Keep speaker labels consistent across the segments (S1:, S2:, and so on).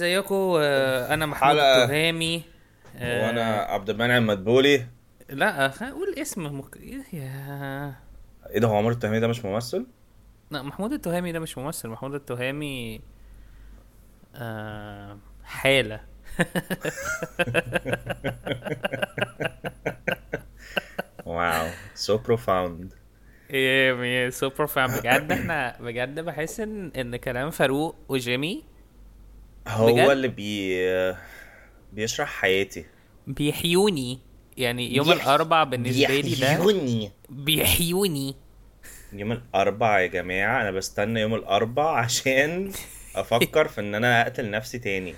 S1: ازيكم آه، انا محمود
S2: حلقة.
S1: التهامي آه،
S2: وانا عبد المنعم مدبولي
S1: لا خ- قول اسم مك... يا
S2: ايه ده هو عمر التهمي ده مش ممثل؟
S1: لا محمود التهامي ده مش ممثل محمود التهامي آه... حالة
S2: واو سو بروفاوند
S1: ايه سوبر فام بجد احنا بجد بحس ان ان كلام فاروق وجيمي
S2: هو
S1: بجد؟
S2: اللي بي بيشرح حياتي
S1: بيحيوني يعني يوم
S2: بيح-
S1: الاربع بالنسبة لي ده
S2: بيحيوني.
S1: بيحيوني
S2: يوم الاربع يا جماعه انا بستنى يوم الاربع عشان افكر في ان انا اقتل نفسي تاني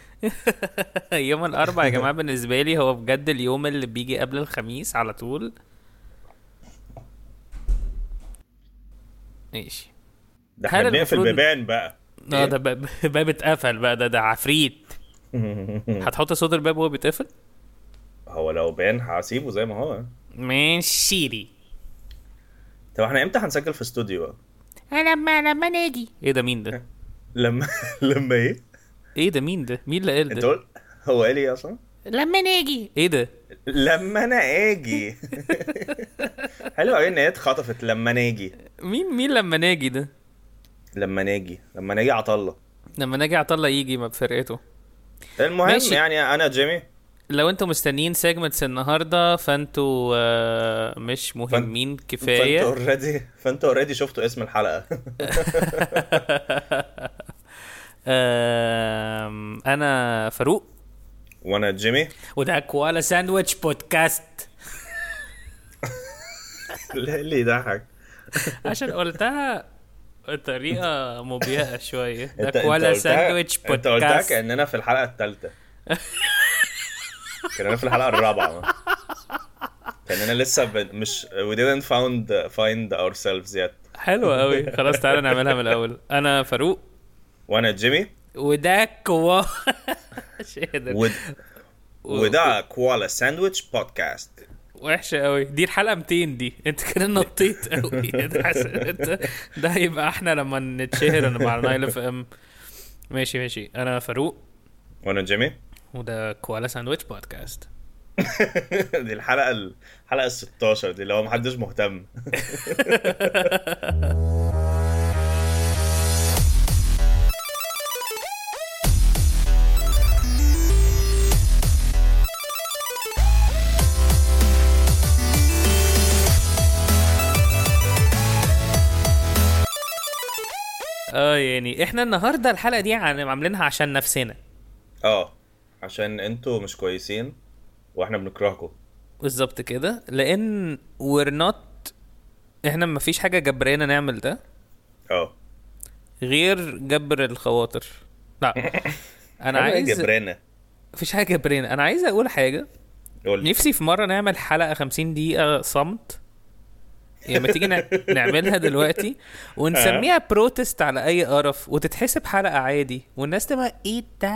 S1: يوم الاربع يا جماعه بالنسبه لي هو بجد اليوم اللي بيجي قبل الخميس على طول ماشي
S2: ده
S1: هل
S2: احنا بنقفل
S1: المفروض-
S2: بيبان بقى
S1: اه ده باب باب اتقفل بقى ده ده عفريت هتحط صوت الباب وهو بيتقفل
S2: هو لو بان هسيبه زي ما هو
S1: ماشي لي
S2: طب احنا امتى هنسجل في استوديو بقى؟
S1: لما لما ناجي ايه ده مين ده
S2: لما لما ايه؟
S1: ايه ده مين ده مين اللي قال
S2: انت
S1: ده
S2: قلت هو قال ايه اصلا؟
S1: لما ناجي ايه ده
S2: لما انا اجي حلو قوي ان هي اتخطفت لما انا اجي
S1: مين مين لما ناجي ده
S2: لما انا اجي لما انا اجي عطله
S1: لما ناجي عطله يجي ما بفرقته
S2: المهم
S1: ماشي.
S2: ماشي. يعني انا جيمي
S1: لو انتوا مستنيين سيجمنتس النهارده فانتوا آه، مش مهمين
S2: فانت
S1: كفايه
S2: اوريدي فانت اوريدي شفتوا اسم الحلقه
S1: آم، انا فاروق
S2: وانا جيمي
S1: وده كوالا ساندويتش بودكاست
S2: ليه ليه يضحك
S1: عشان قلتها بطريقه مبيئه شويه ده
S2: انت انت
S1: كوالا
S2: قلتها-
S1: ساندويتش
S2: انت قلتها
S1: بودكاست
S2: كاننا في الحلقه الثالثه كاننا في الحلقه الرابعه كاننا لسه بن... مش we didn't found find ourselves yet
S1: حلو قوي خلاص تعالى نعملها من الاول انا فاروق
S2: وانا جيمي
S1: وده كوالا مش قادر.
S2: ود... وده كوالا ساندويتش بودكاست
S1: وحشه قوي دي الحلقه 200 دي انت كده نطيت قوي ده حاسس إن انت ده هيبقى احنا لما نتشهر مع نايل اف ام ماشي ماشي انا فاروق
S2: وانا جيمي
S1: وده كوالا ساندويتش بودكاست
S2: دي الحلقه ال- الحلقه ال 16 دي اللي هو محدش مهتم
S1: اه اه يعني احنا النهارده الحلقه دي عن- عاملينها عشان نفسنا
S2: اه عشان انتوا مش كويسين واحنا بنكرهكم
S1: بالظبط كده لان we're not احنا ما فيش حاجه جبرانا نعمل ده
S2: اه
S1: غير جبر الخواطر لا انا
S2: حاجة
S1: عايز
S2: جبرانه
S1: مفيش حاجه جبرانا انا عايز اقول حاجه
S2: قول لي.
S1: نفسي في مرة نعمل حلقة 50 دقيقة صمت يعني ما تيجي نع- نعملها دلوقتي ونسميها
S2: آه.
S1: بروتست على أي قرف وتتحسب حلقة عادي والناس تبقى إيه ده؟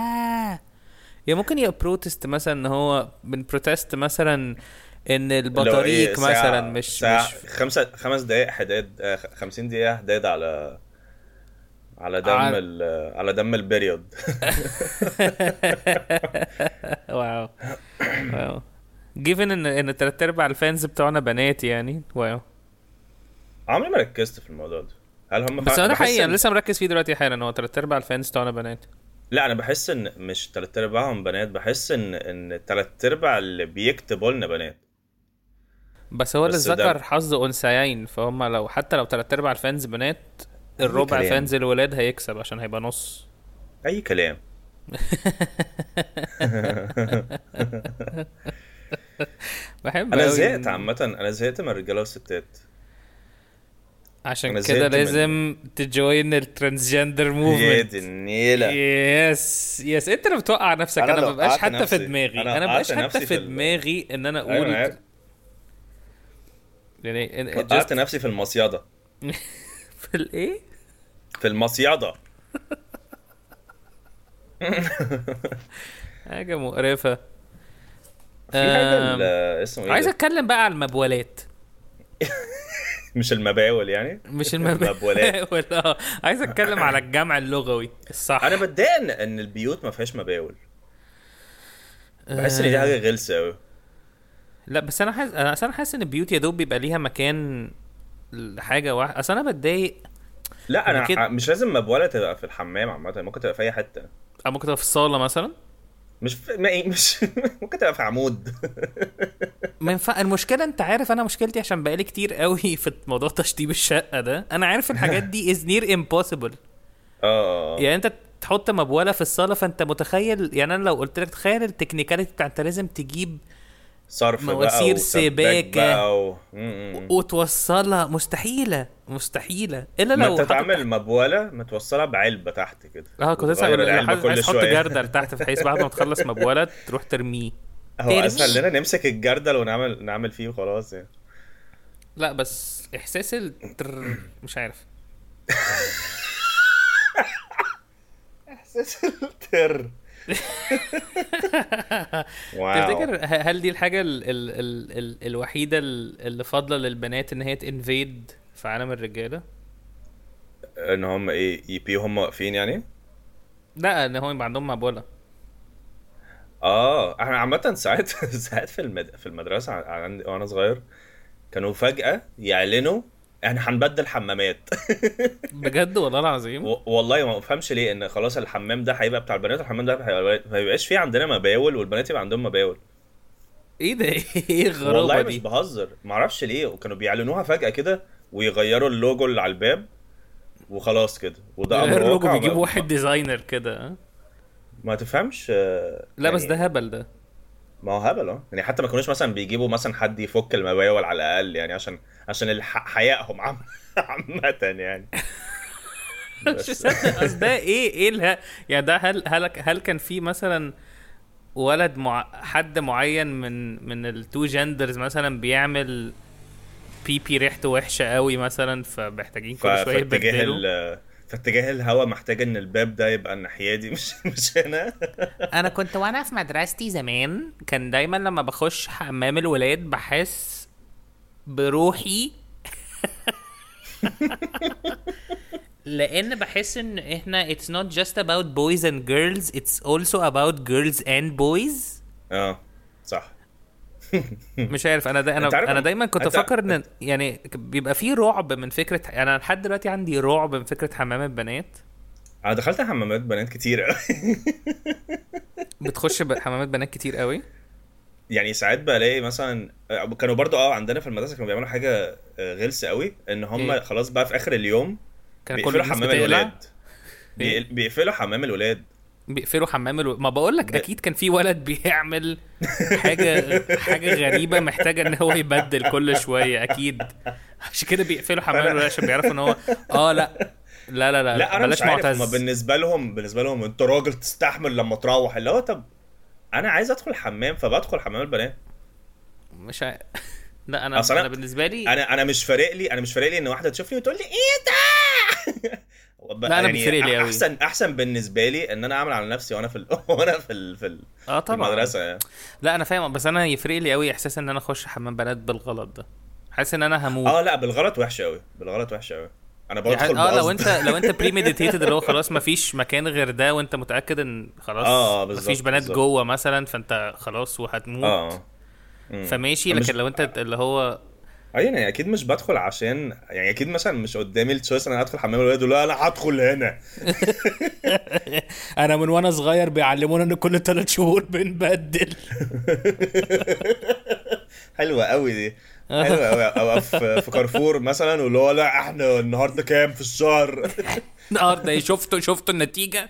S1: يا ممكن يبقى بروتست مثلا إن هو من بروتست مثلا إن
S2: اللي هو إيه،
S1: البطاريق
S2: ساعة-
S1: مثلا مش
S2: ساعة
S1: مش
S2: خمسة خمس دقايق حداد آه، خ- 50 دقيقة حداد على على دم
S1: على-
S2: ال... على دم البريود
S1: واو واو جيفن ان ان تلات ارباع الفانز بتوعنا بنات يعني واو
S2: عمري ما ركزت في الموضوع ده هل هم
S1: بس
S2: فعلا-
S1: هو ده
S2: بحس
S1: حقيقي انا
S2: إن-
S1: لسه مركز فيه دلوقتي حالا هو تلات ارباع الفانز بتوعنا بنات
S2: لا انا بحس ان مش تلات ارباعهم بنات بحس ان ان تلات ارباع اللي بيكتبوا لنا بنات
S1: بس هو
S2: بس
S1: الذكر
S2: ده-
S1: حظه انثيين فهم لو حتى لو تلات ارباع الفانز بنات الربع
S2: كلام.
S1: فانز الولاد هيكسب عشان هيبقى نص
S2: اي كلام
S1: بحب
S2: انا
S1: أوي
S2: زهقت
S1: إن-
S2: عامه انا زهقت من الرجاله والستات
S1: عشان
S2: أنا
S1: كده
S2: زهقت من-
S1: لازم تجوين الترانسجندر
S2: يا
S1: موفمنت
S2: دي
S1: إيه،
S2: النيله
S1: يس يس انت اللي بتوقع نفسك
S2: أنا
S1: انا
S2: اللي
S1: ما بقاش
S2: وقعت
S1: حتى في
S2: نفسي.
S1: دماغي
S2: أنا
S1: انا ما بقاش
S2: وقعت
S1: حتى
S2: نفسي
S1: في
S2: في ال-
S1: دماغي ان انا
S2: أيوة، أنا
S1: اقول
S2: عارف.
S1: يعني it- it just-
S2: وقعت نفسي في المصيده
S1: في إيه؟ الايه
S2: في المصيده
S1: حاجه مقرفه
S2: في حاجه
S1: آم،
S2: ال- اسمه ايه
S1: عايز
S2: ده؟
S1: اتكلم بقى على المبولات
S2: مش المباول يعني
S1: مش المباني
S2: المبولات.
S1: ولا- عايز اتكلم على الجمع اللغوي الصح
S2: انا بتضايق ان ان البيوت ما فيهاش مباول بحس ان دي حاجه غلسه قوي
S1: لا بس انا حاسس انا أصل انا حاسس ان البيوت يا دوب بيبقى ليها مكان لحاجه واحده اصل انا بتضايق
S2: لا انا
S1: أكيد.
S2: ح- مش لازم مبوله تبقى في الحمام عامه ممكن تبقى في اي حته
S1: أو ممكن تبقى في الصاله مثلا
S2: مش في... ما إيه، مش ممكن تبقى في عمود
S1: ما ينفع المشكله انت عارف انا مشكلتي عشان بقالي كتير قوي في موضوع تشطيب الشقه ده انا عارف الحاجات دي از نير امبوسيبل
S2: اه
S1: يعني انت تحط مبوله في الصاله فانت متخيل يعني انا لو قلت لك تخيل التكنيكاليتي بتاع انت لازم تجيب
S2: صرف بقى
S1: مواسير
S2: وسباك
S1: سباكة.
S2: بقى و... م- م- م.
S1: وتوصلها مستحيله مستحيله الا
S2: ما
S1: لو
S2: انت
S1: حاطط-
S2: تعمل مبوله متوصله بعلبه تحت كده
S1: اه كنت لسه
S2: وتغير
S1: هقول-
S2: العلبة
S1: عايز
S2: كل
S1: عايز تحط
S2: شوية.
S1: جردل تحت بحيث بعد ما تخلص مبوله تروح ترميه
S2: هو
S1: ترمي.
S2: اسهل لنا نمسك الجردل ونعمل نعمل فيه وخلاص يعني
S1: لا بس احساس التر... مش عارف
S2: احساس التر واو
S1: تفتكر ه- هل دي الحاجه ال... ال... ال... ال... الوحيده ال- اللي فاضله للبنات ان هي تنفيد في عالم الرجاله
S2: ان هم ايه يبي هم واقفين يعني
S1: لا ان هو يبقى عندهم مبوله
S2: اه احنا عامه ساعات ساعات في المد... في المدرسه ع- عندي وانا صغير كانوا فجاه يعلنوا احنا هنبدل حمامات
S1: بجد والله العظيم
S2: و- والله ما بفهمش ليه ان خلاص الحمام ده هيبقى بتاع البنات والحمام ده هيبقى- ما يبقاش فيه عندنا مباول والبنات يبقى عندهم مباول
S1: ايه ده ايه الغرابه
S2: والله مش
S1: دي
S2: بهزر معرفش ليه وكانوا بيعلنوها فجأة كده ويغيروا اللوجو اللي على الباب وخلاص كده وده امر
S1: الروجو
S2: واقع
S1: بيجيب
S2: ما-
S1: واحد ديزاينر كده اه؟
S2: ما تفهمش آه،
S1: لا بس
S2: يعني
S1: ده هبل ده
S2: ما هو هبل اه يعني حتى ما كانوش مثلا بيجيبوا مثلا حد يفك المباول على الاقل يعني عشان عشان الح... حيائهم عم- عامة يعني
S1: مش مصدق، اصل ده ايه ايه اله... يعني ده هل هل هل كان في مثلا ولد مع... حد معين من من التو جندرز مثلا بيعمل بي بي ريحته وحشه قوي مثلا فمحتاجين
S2: ف...
S1: كل شويه
S2: في اتجاه
S1: يبدلوا
S2: ال... في اتجاه الهوا محتاج ان الباب ده يبقى الناحية دي مش مش هنا
S1: انا كنت وانا في مدرستي زمان كان دايما لما بخش حمام الولاد بحس بروحي لان بحس ان احنا it's not just about boys and girls it's also about girls and boys
S2: اه صح
S1: مش عارف انا دا
S2: أنت
S1: انا
S2: عارف
S1: انا
S2: إن-
S1: دايما كنت
S2: أنت-
S1: افكر ان يعني ك- بيبقى في رعب من فكره انا لحد دلوقتي عندي رعب من فكره حمام البنات
S2: انا دخلت حمامات بنات كتير أوي.
S1: بتخش ب- حمامات بنات كتير قوي
S2: يعني ساعات بلاقي مثلا كانوا برضو اه عندنا في المدرسه كانوا بيعملوا حاجه آه، غلسه قوي ان هم
S1: إيه؟
S2: خلاص بقى في اخر اليوم
S1: كان كل
S2: بيقفلوا
S1: الناس
S2: حمام
S1: بتقلع إيه؟
S2: الولاد بي- بيقفلوا حمام الولاد
S1: بيقفلوا حمام الو... ما بقول لك
S2: ب-
S1: اكيد كان في ولد بيعمل حاجه حاجه غريبه محتاجه ان هو يبدل كل شويه اكيد عشان كده بيقفلوا حمام الولاد عشان بيعرفوا ان هو اه لا لا لا لا,
S2: لا انا مش
S1: بلاش
S2: عارف هما
S1: معتز
S2: بالنسبه لهم بالنسبه لهم انت راجل تستحمل لما تروح اللي هو طب انا عايز ادخل حمام فبدخل حمام البنات
S1: مش ع... لا انا
S2: أصل أنا-
S1: انا بالنسبه لي
S2: انا انا مش فارق لي انا مش فارق لي ان واحده تشوفني وتقول لي ايه ده يعني
S1: لا، أنا بيفرق لي أوي.
S2: احسن احسن بالنسبه لي ان انا اعمل على نفسي وانا في ال... وانا في ال... في ال-
S1: اه
S2: في
S1: طبعا
S2: المدرسه يعني
S1: لا انا فاهم بس انا يفرق لي قوي احساس ان انا اخش حمام بنات بالغلط ده حاسس ان انا هموت
S2: اه لا بالغلط وحشه قوي بالغلط وحشه قوي انا بدخل
S1: يعني اه لو
S2: بقصد.
S1: انت لو انت بري مديتيتد اللي هو خلاص مفيش مكان غير ده وانت متاكد ان خلاص
S2: آه، آه، بالظبط،
S1: مفيش بنات
S2: بالظبط.
S1: جوه مثلا فانت خلاص وهتموت
S2: اه
S1: فماشي
S2: مم.
S1: لكن
S2: مش-
S1: لو انت اللي هو
S2: اي يعني اكيد مش بدخل عشان يعني اكيد مثلا مش قدامي التشويس انا هدخل حمام الولاد لا انا هدخل هنا
S1: انا من وانا صغير بيعلمونا ان كل ثلاث شهور بنبدل
S2: حلوه قوي دي حلوه قوي اوقف في كارفور مثلا واللي هو لا احنا النهارده كام في الشهر
S1: النهارده إيه، شفتوا شفتوا النتيجه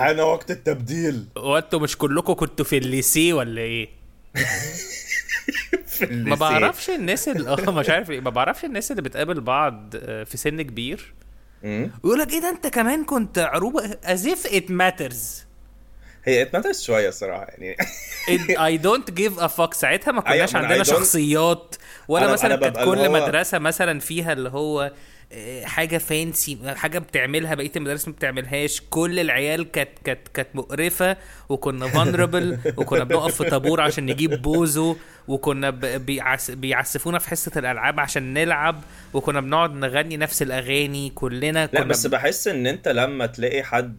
S2: انا وقت التبديل
S1: وانتوا مش كلكم كنتوا في الليسي ولا ايه
S2: في
S1: ما بعرفش الناس اللي اه مش عارف ايه ما بعرفش الناس اللي بتقابل بعض آه، في سن كبير
S2: مم.
S1: ويقول لك ايه ده انت كمان كنت عروبه از اف ات ماترز
S2: هي اتنطرت شويه الصراحه يعني
S1: اي دونت جيف ا فاك ساعتها ما
S2: أيوة،
S1: كناش
S2: ما أنا
S1: عندنا
S2: I don't-
S1: شخصيات ولا
S2: أنا-
S1: مثلا
S2: أنا
S1: كانت
S2: ببقى اللي
S1: كل
S2: هو-
S1: مدرسه مثلا فيها اللي هو آه، حاجه فانسي حاجه بتعملها بقيه المدارس ما بتعملهاش كل العيال كانت كانت كانت مقرفه وكنا فانربل وكنا بنقف في طابور عشان نجيب بوزو وكنا ب- بيعس بيعسفونا في حصه الالعاب عشان نلعب وكنا بنقعد نغني نفس الاغاني كلنا كنا
S2: لا بس بحس ان انت لما تلاقي حد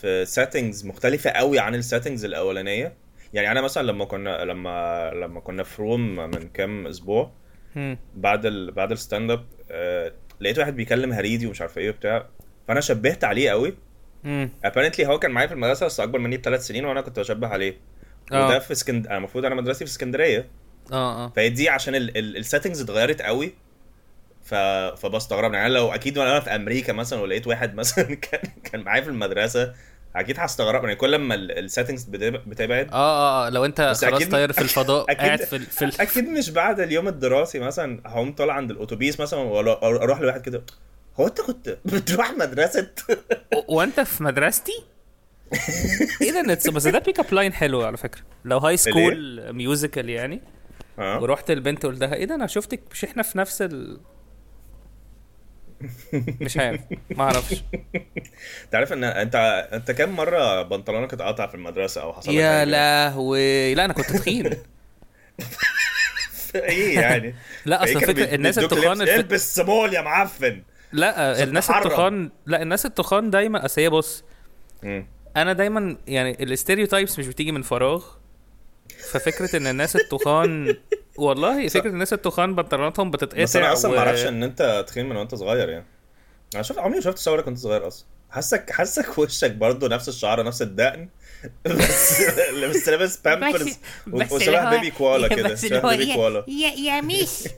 S2: في سيتنجز مختلفه قوي عن السيتنجز الاولانيه يعني انا مثلا لما كنا لما لما كنا في روم من كام اسبوع
S1: مم.
S2: بعد ال... بعد الستاند اب آه... لقيت واحد بيكلم هريدي ومش عارف ايه وبتاع فانا شبهت عليه قوي
S1: مم.
S2: ابارنتلي هو كان معايا في المدرسه بس اكبر مني بثلاث سنين وانا كنت بشبه عليه
S1: آه.
S2: وده في اسكند انا المفروض انا مدرستي في اسكندريه
S1: اه اه
S2: فهي دي عشان السيتنجز اتغيرت قوي ف... فبستغرب يعني لو اكيد وانا في امريكا مثلا ولقيت واحد مثلا كان كان معايا في المدرسه اكيد هستغرب يعني كل لما السيتنجز بتبعد
S1: اه اه لو انت
S2: بس
S1: خلاص
S2: أكيد-
S1: طاير في الفضاء
S2: أكيد-
S1: قاعد في ال- في ال-
S2: اكيد مش بعد اليوم الدراسي مثلا هقوم طالع عند الاتوبيس مثلا ولا- أو اروح لواحد كده هو انت كنت بتروح مدرسه
S1: و- وانت في مدرستي ايه ده نتس بس ده بيك اب لاين حلو على فكره لو هاي سكول ميوزيكال يعني
S2: ها؟
S1: ورحت البنت قلت لها ايه ده انا شفتك مش احنا في نفس ال مش عارف ما اعرفش
S2: انت عارف ان انت انت كام مره بنطلونك اتقطع في المدرسه او حصل لك
S1: يا
S2: حاجة؟
S1: لهوي لا انا كنت تخين
S2: ايه يعني
S1: لا اصل الفكره الناس التخان
S2: الفت...
S1: الفت...
S2: البس صمول إيه، يا معفن
S1: لا
S2: عشان
S1: الناس
S2: تحرم.
S1: التخان لا الناس التخان دايما اصل هي بص
S2: مم.
S1: انا دايما يعني الاستيريوتايبس مش بتيجي من فراغ ففكره ان الناس التخان والله فكره الناس التخان بنطلوناتهم بتتقطع
S2: بس انا اصلا
S1: إيه و-
S2: ما اعرفش ان انت تخين من وانت صغير يعني انا شفت عمري ما شفت صورك وانت صغير اصلا حاسك حاسك وشك برضه نفس الشعر نفس الدقن بس بس لابس بامبرز
S3: بس
S2: وشبه
S3: اللي هو-
S2: بيبي كوالا كده
S3: بس اللي هو إيه؟
S2: شبه بيبي
S3: يا-
S2: كوالا
S3: يا يا ميس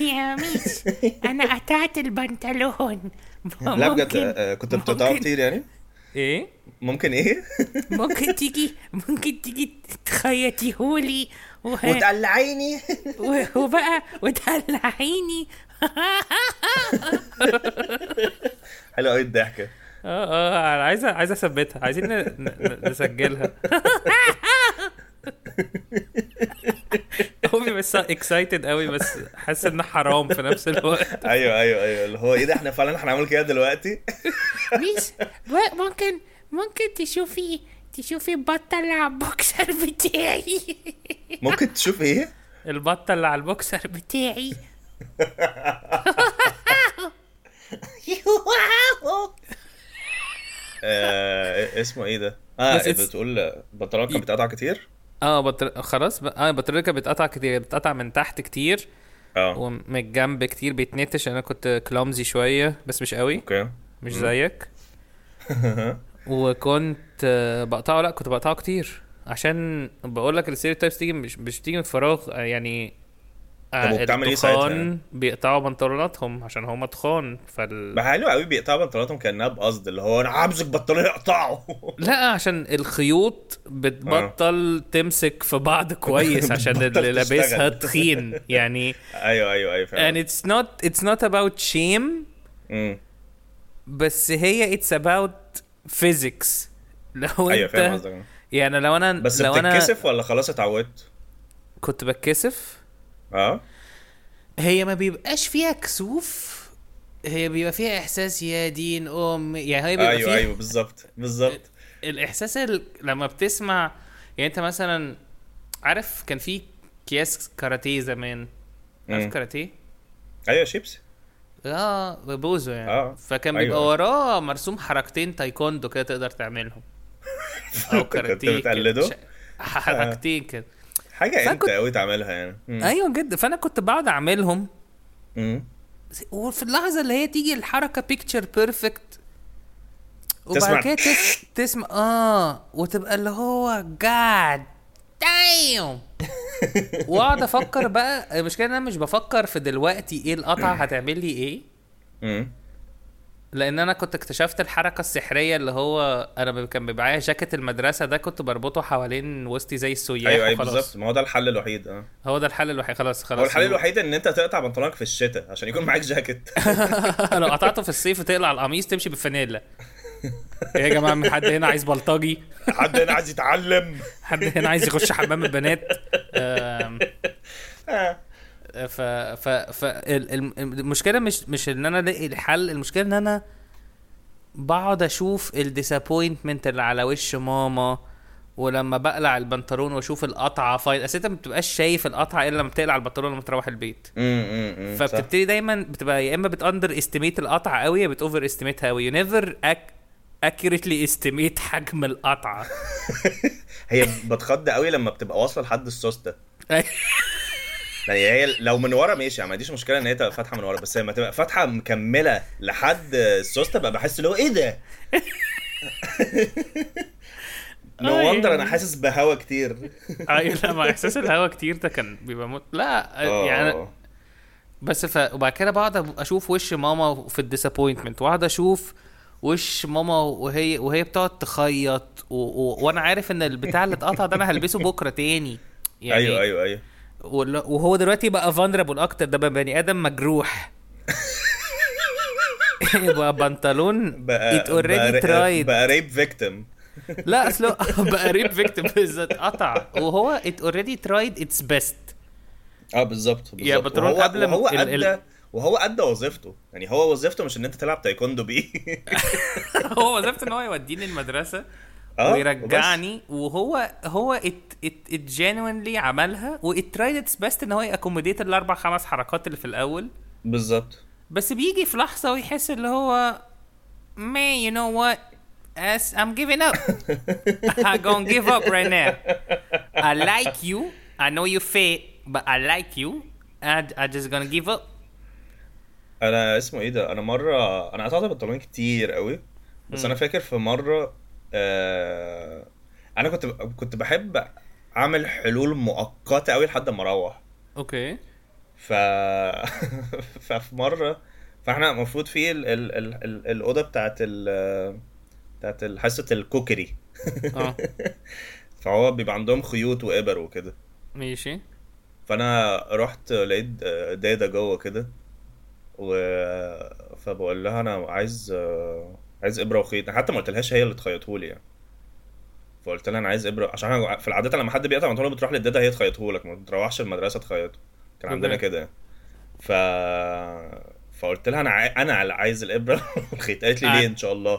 S3: يا ميس انا قطعت البنطلون
S2: لا بجد
S3: ممكن-
S2: آه، كنت بتقطعه
S3: ممكن-
S2: كتير يعني
S1: ايه
S2: ممكن ايه
S3: ممكن تيجي ممكن تيجي تخيطيهولي و-
S2: وتقلعيني
S3: و- وبقى وتقلعيني
S2: حلو قوي الضحكه
S1: اه اه انا عايز عايز اثبتها عايزين ن- ن- نسجلها هو بس اكسايتد قوي بس حاسس ان حرام في نفس الوقت
S2: ايوه ايوه ايوه اللي هو ايه ده احنا فعلا هنعمل كده دلوقتي
S3: ميس و- ممكن ممكن تشوفي تشوفي البطة اللي على البوكسر بتاعي
S2: ممكن تشوف ايه
S1: البطه اللي على البوكسر بت-
S3: بتاعي
S2: آه اسمه ايه ده اه
S1: بس it's-
S2: بتقول بطلونك كانت بتقطع كتير
S1: اه بطر... خلاص بقى اه البطريقه بتقطع كتير بتقطع من تحت كتير
S2: اه
S1: ومن الجنب كتير بيتنتش انا كنت كلامزي شويه بس مش قوي
S2: اوكي
S1: مش زيك وكنت آه، بقطعه لا كنت بقطعه كتير عشان بقول لك الستيريوتايبس تيجي مش مش بتيجي من فراغ آه، يعني آه،
S2: طب وبتعمل إيه ساعتها
S1: التخان
S2: يعني؟
S1: بيقطعوا بنطلوناتهم عشان هما تخان فال
S2: ما حلو قوي بيقطعوا بنطلوناتهم كانها بقصد اللي هو انا همسك بنطلوني اقطعه
S1: لا عشان الخيوط بتبطل تمسك في بعض كويس عشان اللي
S2: بتبطل
S1: لابسها
S2: آه. تشتغل.
S1: تخين يعني
S2: ايوه ايوه ايوه
S1: and
S2: فعلا
S1: it's not it's not about shame
S2: مم.
S1: بس هي it's about physics لو
S2: ايوه فاهم
S1: انت
S2: قصدك
S1: يعني لو انا
S2: بس
S1: لو انا
S2: بتتكسف ولا خلاص اتعودت؟
S1: كنت بتكسف
S2: اه
S1: هي ما بيبقاش فيها كسوف هي بيبقى فيها احساس يا دين ام يعني هي بيبقى
S2: ايوه
S1: فيها
S2: ايوه بالظبط بالظبط
S1: الاحساس ال... لما بتسمع يعني انت مثلا عارف كان في اكياس كاراتيه زمان
S2: مم.
S1: عارف كاراتيه
S2: ايوه شيبسي
S1: اه بوزو يعني
S2: آه.
S1: فكان
S2: أيوة.
S1: بيبقى وراه مرسوم حركتين تايكوندو كده تقدر تعملهم او
S2: كنت
S1: كاراتيه كده.
S2: بتقلده؟
S1: ش- حركتين كده
S2: حاجه انت
S1: فكنت-
S2: قوي تعملها يعني مم.
S1: ايوه جد فانا كنت بقعد اعملهم
S2: مم.
S1: وفي اللحظه اللي هي تيجي الحركه بيكتشر بيرفكت
S2: تسمع.
S1: وبعد كده تس... تسمع اه وتبقى اللي هو جاد دايم واقعد افكر بقى المشكله ان انا مش بفكر في دلوقتي ايه القطعه هتعمل لي ايه
S2: مم.
S1: لان انا كنت اكتشفت الحركه السحريه اللي هو انا ب- كان بيبقى معايا جاكيت المدرسه ده كنت بربطه حوالين وسطي زي السياح
S2: ايوه
S1: أيوة
S2: ايوه
S1: وخلاص
S2: بالظبط ما هو ده الحل الوحيد اه
S1: هو ده الحل الوحيد خلاص خلاص
S2: هو الحل الوحيد ان انت تقطع بنطلونك في الشتاء عشان يكون معاك جاكيت
S1: لو قطعته في الصيف وتقلع القميص تمشي بالفانيلا إيه يا جماعه من حد هنا عايز بلطجي
S2: حد هنا عايز يتعلم
S1: حد هنا عايز يخش حمام البنات آم، ف ف ف ال- ال- المشكله مش مش ان انا الاقي الحل المشكله ان انا بقعد اشوف الديسابوينتمنت اللي على وش ماما ولما بقلع البنطلون واشوف القطعه فايض اصل انت ما بتبقاش شايف القطعه الا لما بتقلع البنطلون لما تروح البيت
S2: امم
S1: فبتبتدي دايما بتبقى يا اما بتاندر استيميت القطعه قوي يا بتوفر استيميتها قوي يو نيفر اكيوريتلي استيميت حجم القطعه
S2: هي بتخض قوي لما بتبقى واصله لحد الصوص ده يعني هي لو من ورا ماشي يعني ما عنديش مشكله ان هي تبقى فاتحه من ورا بس لما تبقى فاتحه مكمله لحد الصوص ده بقى بحس اللي هو ايه ده؟
S1: آه،
S2: نو
S1: آه،
S2: وندر انا
S1: يعني.
S2: حاسس بهوا كتير
S1: ايوه لا ما احساس الهوا كتير ده كان بيبقى موت لا
S2: آه.
S1: يعني بس ف وبعد كده بقعد اشوف وش ماما في الديسابوينتمنت واقعد اشوف وش ماما وهي وهي بتقعد تخيط و... و... وانا عارف ان البتاع اللي اتقطع ده انا هلبسه بكره تاني يعني
S2: ايوه ايوه ايوه
S1: وال- وهو دلوقتي بقى فانربل اكتر ده بقى بني ادم مجروح بقى بنطلون
S2: بقى
S1: ات اوريدي
S2: بقى,
S1: ترايد
S2: بقى ريب فيكتيم
S1: لا اصل هو بقى ريب فيكتيم بالذات قطع وهو ات اوريدي ترايد اتس بيست
S2: اه بالظبط
S1: يا
S2: بالظبط.
S1: بترول
S2: وهو-
S1: قبل ما-
S2: وهو
S1: ال- ال-
S2: ادى وهو ادى وظيفته يعني هو وظيفته مش ان انت تلعب تايكوندو بيه
S1: هو وظيفته ان هو يوديني المدرسه
S2: آه،
S1: ويرجعني وهو هو ات ات ات جينوينلي عملها وات ترايد اتس بيست ان هو ياكوموديت الاربع خمس حركات اللي في الاول
S2: بالظبط
S1: بس بيجي في لحظه ويحس اللي هو man you know what as I'm giving up I'm gonna give up right now I like you I know you fit but I like you and I just gonna give up
S2: انا اسمه ايه ده انا مره انا قطعت بنطلون كتير قوي بس انا فاكر في مره آه... انا كنت كنت بحب اعمل حلول مؤقته قوي لحد ما اروح
S1: اوكي
S2: ف ففي مره فاحنا المفروض في ال... ال... ال... ال... الاوضه بتاعت ال... بتاعت ال- حصه الكوكري
S1: اه
S2: فهو بيبقى عندهم خيوط وابر وكده
S1: ماشي
S2: فانا رحت لقيت دادا جوه كده و فبقول لها انا عايز عايز ابره وخيط حتى ما قلتلهاش هي اللي تخيطهولي يعني فقلت لها انا عايز ابره عشان أنا في العاده لما حد بيقطع بنطلون بتروح للدادا هي تخيطهولك ما بتروحش المدرسه تخيطه كان عندنا
S1: تمام.
S2: كده يعني. ف فقلت لها انا عاي... انا اللي عايز الابره والخيط قالت لي ليه ان شاء الله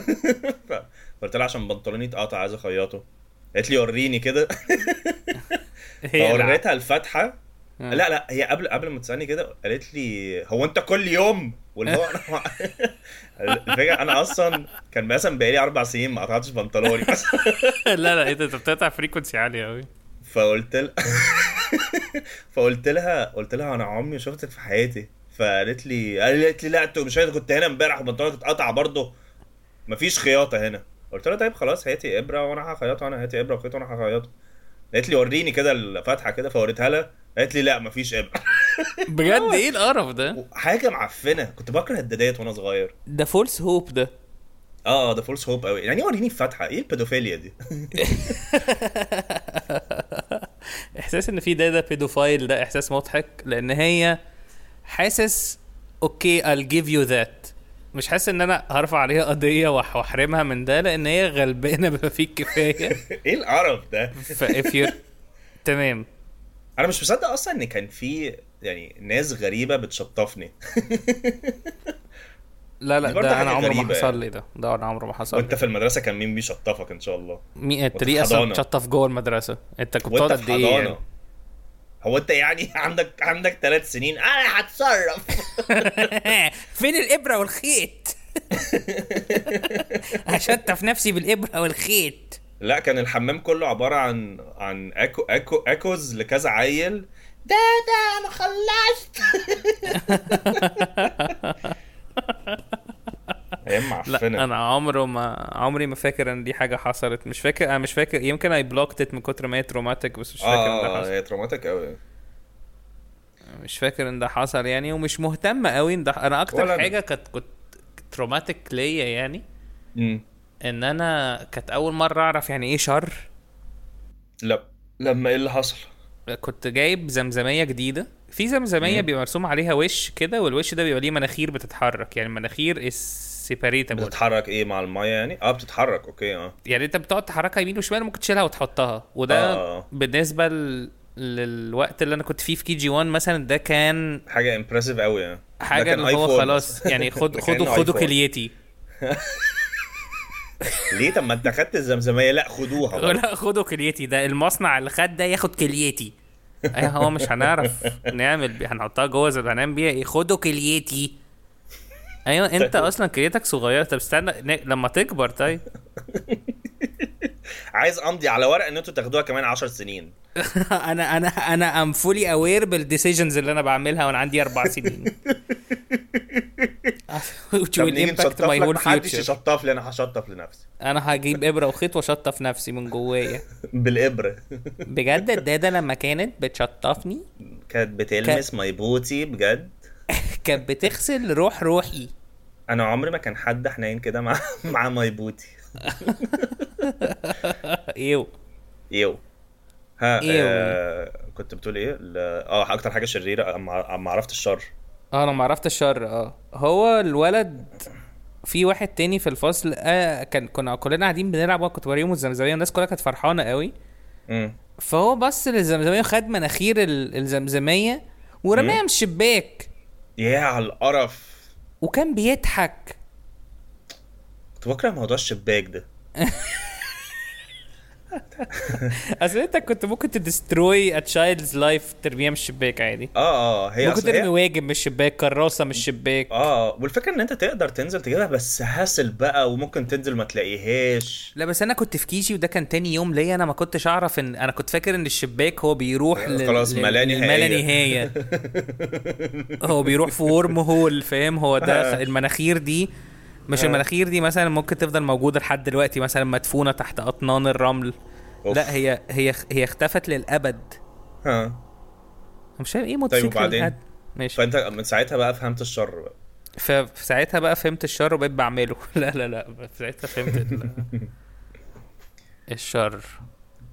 S2: ف... فقلت لها عشان بنطلوني اتقطع عايز اخيطه قالت لي وريني كده
S1: هي اللي-
S2: فوريتها الفاتحه
S1: آه.
S2: لا لا هي قبل قبل ما تسالني كده قالت لي هو انت كل يوم واللي هو انا الفكره انا اصلا كان مثلا بقالي اربع سنين ما قطعتش بنطلوني مثلا
S1: لا إيه لا انت بتقطع فريكونسي عاليه قوي
S2: فقلت لها فقلت لها قلت لها انا عمري ما شفتك في حياتي فقالت لي قالت لي لا انت مش عارف، كنت هنا امبارح وبنطلونك اتقطع برضه مفيش خياطه هنا قلت لها طيب خلاص هاتي ابره وانا هخيطها انا هاتي ابره وخيط وانا هخيطها قالت لي وريني كده الفتحه كده فوريتها لها قالت لي لا مفيش ابره
S1: بجد ايه القرف ده؟
S2: حاجه معفنه كنت بكره الدادات وانا صغير
S1: ده فولس هوب ده
S2: اه ده فولس هوب قوي يعني إيه وريني فاتحه ايه البيدوفيليا دي
S1: احساس ان في دادا بيدوفايل ده احساس مضحك لان هي حاسس اوكي I'll give you that مش حاسس ان انا هرفع عليها قضيه وأح- واحرمها من ده لان هي غلبانه بما فيه الكفايه
S2: ايه القرف ده
S1: ف if you're تمام
S2: انا مش مصدق اصلا ان كان في يعني ناس غريبه بتشطفني
S1: لا لا
S2: برضه
S1: ده انا
S2: حاجة
S1: عمره ما
S2: غريبة
S1: حصل
S2: يعني.
S1: لي ده ده انا عمره ما حصل
S2: وانت
S1: لي
S2: في المدرسه كان مين بيشطفك ان شاء الله
S1: مي- انت
S2: وأنت
S1: ليه
S2: في
S1: اصلا
S2: حضانة.
S1: بتشطف جوه المدرسه انت كنت بتقعد
S2: وانت في
S1: قد ايه يعني؟
S2: حضانه هو انت يعني عندك عندك ثلاث سنين انا هتصرف
S1: فين الابره والخيط هشطف نفسي بالابره والخيط
S2: لا كان الحمام كله عباره عن عن اكو اكو اكوز لكذا عيل ده ده انا خلصت ايام
S1: لا
S2: معفنه
S1: انا عمره ما عمري ما فاكر ان دي حاجه حصلت مش فاكر انا مش فاكر يمكن اي بلوكت من كتر ما هي تروماتيك بس مش فاكر ان ده
S2: اه
S1: حصل
S2: هي تروماتيك قوي
S1: مش فاكر ان ده حصل يعني ومش مهتم قوي ان ده انا
S2: ولا
S1: اكتر
S2: أنا.
S1: حاجه كانت كنت تروماتيك ليا يعني ان انا كانت اول مره اعرف يعني ايه شر
S2: لا لما ايه اللي حصل؟
S1: كنت جايب زمزميه جديده في زمزميه بيبقى مرسوم عليها وش كده والوش ده بيبقى ليه مناخير بتتحرك يعني المناخير سيباريتابل
S2: بتتحرك ايه مع الميه يعني؟ اه بتتحرك اوكي اه
S1: يعني انت بتقعد تحركها يمين وشمال ممكن تشيلها وتحطها وده
S2: آه.
S1: بالنسبه ل- للوقت اللي انا كنت فيه في كي جي 1 مثلا ده كان
S2: حاجه امبرسيف قوي يعني
S1: حاجه
S2: كان
S1: اللي هو
S2: iPhone
S1: خلاص
S2: بس.
S1: يعني خد
S2: ده
S1: خدوا
S2: كان
S1: خدوا
S2: iPhone.
S1: كليتي
S2: ليه طب ما انت خدت الزمزميه لا خدوها برضه.
S1: لا خدوا كليتي ده المصنع اللي خد ده ياخد كليتي أي هو مش هنعرف نعمل بي. هنحطها جوه زي هنعمل بيها ايه خدوا كليتي ايوه انت اصلا كليتك صغيره طب استنى ن- لما تكبر طيب
S2: عايز امضي على ورق ان انتوا تاخدوها كمان 10 سنين
S1: انا انا انا ام فولي اوير بالديسيجنز اللي انا بعملها وانا عندي اربع سنين which
S2: طب
S1: will
S2: نيجي
S1: impact
S2: نشطف
S1: my
S2: لك
S1: whole
S2: محدش
S1: future
S2: يشطف لي انا هشطف لنفسي
S1: انا هجيب ابره وخيط واشطف نفسي من جوايا
S2: بالابره
S1: بجد الداده لما كانت بتشطفني
S2: كانت بتلمس ميبوتي بجد
S1: كانت بتغسل روح روحي
S2: انا عمري ما كان حد حنين كده مع مع ميبوتي
S1: ايوه
S2: ايو ها
S1: إيو.
S2: آه كنت بتقول ايه ال- اه اكتر حاجه شريره اما أما عرفت الشر
S1: اه انا ما عرفت الشر اه هو الولد في واحد تاني في الفصل آه كان كنا كلنا قاعدين بنلعب وانا كنت بوريهم الزمزميه والناس كلها كانت فرحانه قوي
S2: امم
S1: فهو بص للزمزميه وخد مناخير ال- الزمزميه ورماها من الشباك
S2: يا على القرف
S1: وكان بيضحك
S2: كنت بكره موضوع الشباك ده
S1: اصل انت كنت ممكن تدستروي ا تشايلدز لايف ترميها من الشباك عادي
S2: اه اه هي
S1: ممكن
S2: اصلا
S1: ترمي
S2: هي-
S1: واجب من الشباك كراسه من الشباك
S2: اه والفكره ان انت تقدر تنزل تجيبها بس هاسل بقى وممكن تنزل ما تلاقيهاش
S1: لا بس انا كنت في كيجي وده كان تاني يوم ليا انا ما كنتش اعرف ان انا كنت فاكر ان الشباك هو بيروح لل-
S2: خلاص
S1: لل-
S2: ما لا
S1: للما لا نهايه هو بيروح في ورم هول فاهم هو ده المناخير دي
S2: آه.
S1: مش المناخير دي مثلا ممكن تفضل موجوده لحد دلوقتي مثلا مدفونه تحت اطنان الرمل
S2: أوف.
S1: لا هي هي هي اختفت للابد
S2: ها
S1: أنا مش فاهم ايه موتوسيكل
S2: طيب، وبعدين؟ طيب.
S1: الأد- ماشي
S2: فانت من ساعتها بقى فهمت الشر بقى
S1: فساعتها بقى فهمت الشر وبقيت بعمله لا لا لا ساعتها فهمت ال- الشر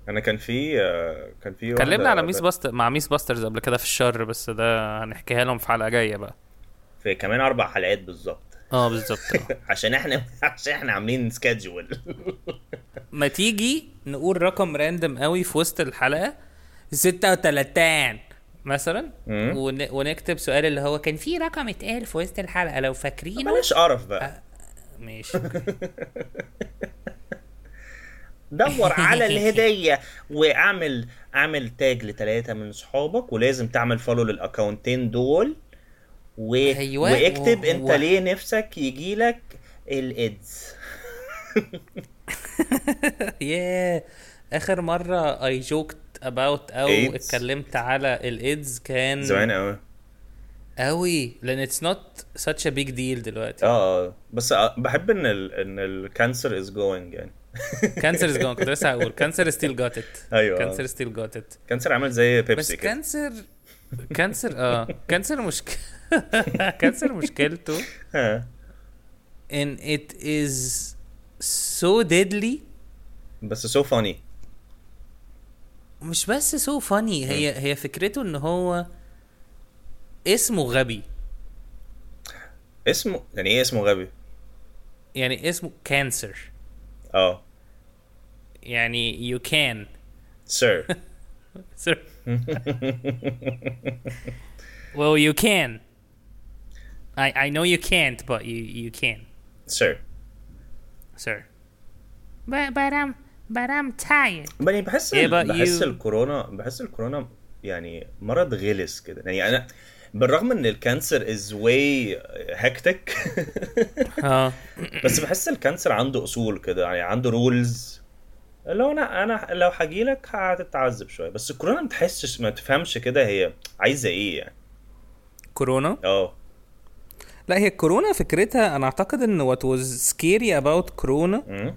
S2: انا كان في آه، كان في واحدة-
S1: اتكلمنا على ميس باستر مع ميس باسترز قبل كده في الشر بس ده هنحكيها لهم في حلقه جايه بقى
S2: في كمان اربع حلقات بالظبط
S1: اه بالظبط
S2: عشان احنا عشان احنا عاملين سكادجول
S1: ما تيجي نقول رقم راندم قوي في وسط الحلقه 36 مثلا
S2: مم.
S1: ون... ونكتب سؤال اللي هو كان في رقم اتقال في وسط الحلقه لو فاكرينه
S2: بلاش قرف بقى
S1: آه. ماشي
S2: دور على الهديه واعمل اعمل تاج لثلاثه من صحابك ولازم تعمل فولو للاكونتين دول و...
S1: أيوة،
S2: واكتب
S1: وهو-
S2: انت ليه نفسك يجيلك الايدز
S1: ياه اخر مره اي جوكت اباوت او
S2: AIDS.
S1: اتكلمت على الايدز كان
S2: زمان قوي
S1: قوي لان اتس نوت ساتش ا بيج ديل دلوقتي
S2: اه آه. بس آه، بحب ان ال... ان الكانسر از جوينج يعني
S1: كانسر از جون كنت لسه هقول كانسر ستيل جات ات
S2: أيوة.
S1: كانسر ستيل جات ات
S2: كانسر عامل زي
S1: بس
S2: بيبسي كده
S1: كانسر كانسر اه كانسر مشكله كانسر مشكلته
S2: ها.
S1: ان ات از سو ديدلي
S2: بس سو فاني
S1: مش بس سو فاني هي هي فكرته ان هو اسمه غبي
S2: اسمه يعني ايه اسمه غبي
S1: يعني اسمه كانسر
S2: اه
S1: يعني يو كان
S2: سير
S1: well you can I I know you can't but you you can
S2: سير
S1: sir
S3: But, but I'm but I'm tired.
S2: يعني بحس
S1: Yeah, but
S2: بحس
S1: you-
S2: الكورونا بحس الكورونا يعني مرض غلس كده يعني انا بالرغم ان الكانسر از واي هكتك
S1: اه
S2: بس بحس الكانسر عنده اصول كده يعني عنده رولز لو انا انا لو هجيلك هتتعذب شويه بس الكورونا ما تحسش ما تفهمش كده هي عايزه ايه يعني
S1: كورونا
S2: اه
S1: لا هي الكورونا فكرتها انا اعتقد ان what was scary about كورونا
S2: أمم.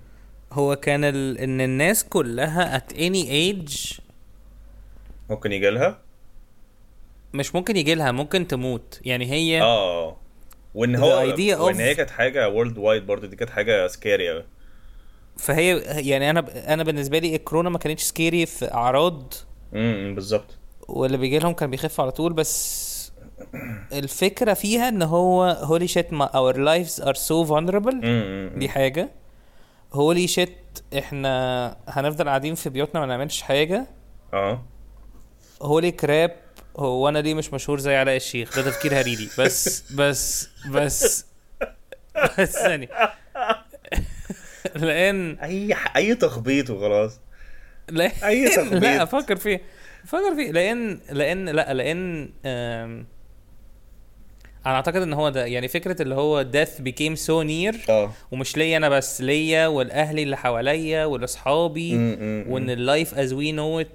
S1: هو كان ال... ان الناس كلها at any age
S2: ممكن يجي لها
S1: مش ممكن يجي لها ممكن تموت يعني هي
S2: اه وان
S1: The
S2: هو
S1: idea of-
S2: وان هي كانت حاجه وورلد وايد برضه دي كانت حاجه سكاري قوي
S1: فهي يعني انا ب... انا بالنسبه لي الكورونا ما كانتش سكيري في اعراض
S2: امم بالظبط
S1: واللي بيجي لهم كان بيخف على طول بس الفكره فيها ان هو هولي شيت ما اور لايفز ار سو vulnerable
S2: امم
S1: دي حاجه هولي شيت احنا هنفضل قاعدين في بيوتنا ما نعملش حاجه
S2: اه
S1: هولي كراب هو انا ليه مش مشهور زي علاء الشيخ ده تفكير هريدي بس بس بس بس ثاني لان
S2: اي ح- اي تخبيط وخلاص
S1: لان
S2: أي تخبيط.
S1: لا فكر فيه فكر فيه لان لان لا لان آم، انا اعتقد ان هو ده يعني فكره اللي هو death became so near
S2: اه
S1: ومش ليا انا بس ليا والاهلي اللي حواليا والاصحابي
S2: مم، مم، مم.
S1: وان اللايف از وي نو ات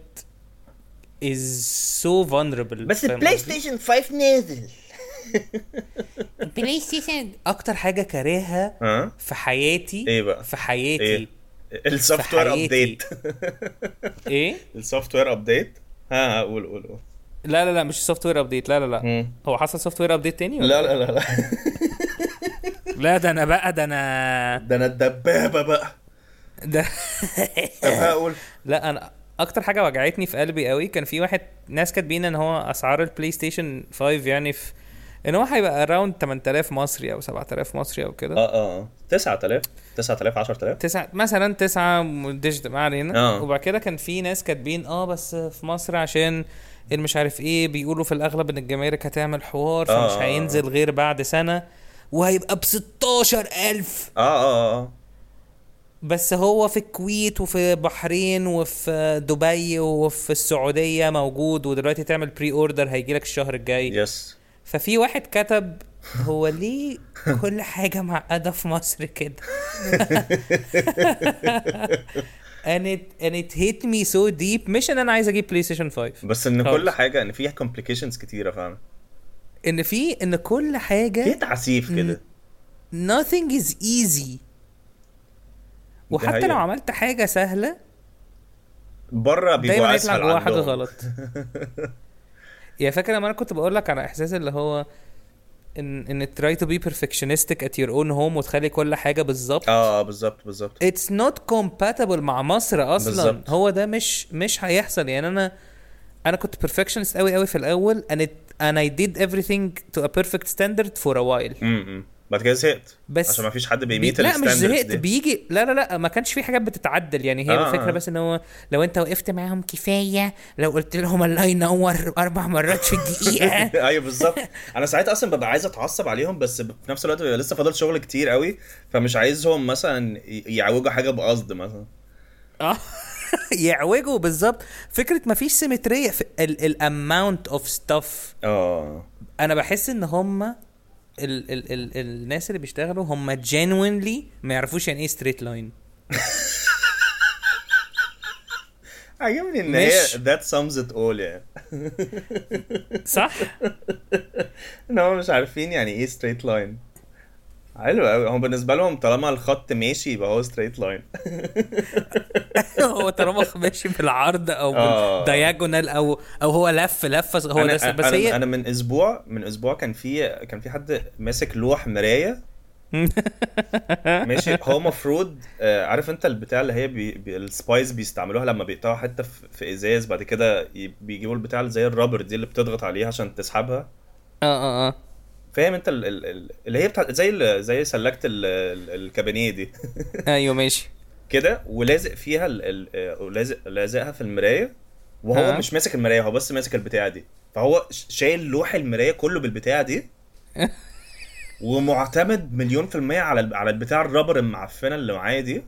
S1: از سو vulnerable
S2: بس
S1: فاهم
S2: البلاي
S1: قصدي؟
S2: ستيشن 5 نازل
S3: بلاي ستيشن
S1: اكتر حاجه كارهها
S2: ها
S1: في حياتي
S2: إيه بقى؟
S1: في حياتي
S2: ايه السوفت وير
S1: حياتي.
S2: ابديت
S1: ايه
S2: السوفت وير ابديت ها ها، قول قول قول
S1: لا لا لا مش سوفت وير ابديت لا لا لا
S2: مم.
S1: هو حصل سوفت وير ابديت تاني ولا
S2: لا لا لا لا
S1: لا ده انا بقى ده انا
S2: ده انا الدبابه بقى
S1: ده
S2: طب هقول
S1: لا انا اكتر حاجه وجعتني في قلبي قوي كان في واحد ناس كاتبين ان هو اسعار البلاي ستيشن 5 يعني في ان هو هيبقى اراوند 8000 مصري او 7000 مصري او كده
S2: اه اه اه 9000 9000 10000
S1: تسعة مثلا تسعة م- ديجيتال ما علينا
S2: آه.
S1: وبعد كده كان في ناس كاتبين اه بس في مصر عشان اللي مش عارف ايه بيقولوا في الاغلب ان الجمارك هتعمل حوار فمش
S2: آه.
S1: هينزل غير بعد سنة وهيبقى ب 16000
S2: اه اه اه
S1: بس هو في الكويت وفي بحرين وفي دبي وفي السعودية موجود ودلوقتي تعمل بري اوردر هيجيلك الشهر الجاي
S2: يس
S1: ففي واحد كتب هو ليه كل حاجة معقدة في مصر كده and it and it hit me so deep مش ان انا عايز اجيب بلاي ستيشن 5
S2: بس ان
S1: خالص.
S2: كل حاجه ان فيها كومبليكيشنز كتيره فاهم
S1: ان في ان كل
S2: في
S1: حاجة
S2: تعسيف كده
S1: nothing is easy وحتى
S2: حقيقة.
S1: لو عملت حاجة سهلة
S2: بره بيبقوا
S1: دايما يطلع
S2: اسهل
S1: جواها حاجة
S2: عندهم.
S1: غلط يا فاكر لما انا كنت بقول لك على احساس اللي هو ان ان try to be perfectionistic at your own home وتخلي كل حاجة بالظبط
S2: اه اه بالظبط بالظبط
S1: اتس نوت كومباتبل مع مصر اصلا بالزبط.
S2: بالظبط.
S1: هو ده مش مش هيحصل يعني انا انا كنت بيرفكشنست قوي قوي في الاول and it and I did everything to a perfect standard for a while
S2: امم بعد كده زهقت
S1: بس-
S2: بس عشان ما فيش حد
S1: بي...
S2: بيميت
S1: لا مش
S2: الستاندردز
S1: زهقت
S2: دي.
S1: بيجي لا لا لا ما كانش في حاجات بتتعدل يعني هي
S2: آه،
S1: آه. الفكره
S2: آه.
S1: بس ان هو لو انت وقفت معاهم كفايه لو قلت لهم الله ينور اربع مرات في الدقيقه
S2: ايوه بالظبط انا ساعات اصلا ببقى عايز اتعصب عليهم بس في نفس الوقت بيبقى لسه فاضل شغل كتير قوي فمش عايزهم مثلا ي- يعوجوا حاجه بقصد مثلا
S1: اه يعوجوا بالظبط فكره ما فيش سيمتريه في الاماونت اوف ستاف
S2: اه
S1: انا بحس ان هم ال ال ال الناس اللي بيشتغلوا هم جينوينلي ما يعرفوش يعني ايه ستريت لاين
S2: عجبني ان هي
S1: مش-
S2: that sums it all يعني
S1: صح
S2: ان هم مش عارفين يعني ايه straight line حلو قوي هم بالنسبه لهم طالما الخط ماشي يبقى هو straight line
S1: هو طالما ماشي بالعرض او
S2: آه.
S1: بالدياجونال او او هو لف لف هو ده
S2: انا
S1: بس
S2: أنا-
S1: هي
S2: انا من اسبوع من اسبوع كان في كان في حد ماسك لوح مرايه ماشي هو المفروض آه، عارف انت البتاع اللي هي بي بي السبايس بيستعملوها لما بيقطعوا حته في في ازاز بعد كده ي- بيجيبوا البتاع اللي زي الرابر دي اللي بتضغط عليها عشان تسحبها
S1: اه اه اه
S2: فاهم انت ال- ال- ال- اللي هي بتاع زي ال- زي سلكت ال- ال- الكابينيه دي
S1: ايوه ماشي
S2: كده ولازق فيها ال- ال- آه، ولازق لازقها في المرايه وهو
S1: آه.
S2: مش ماسك المرايه هو بس ماسك البتاعه دي فهو ش- شايل لوح المرايه كله بالبتاعه دي ومعتمد مليون في المية على ال- على البتاع الرابر المعفنة اللي معايا دي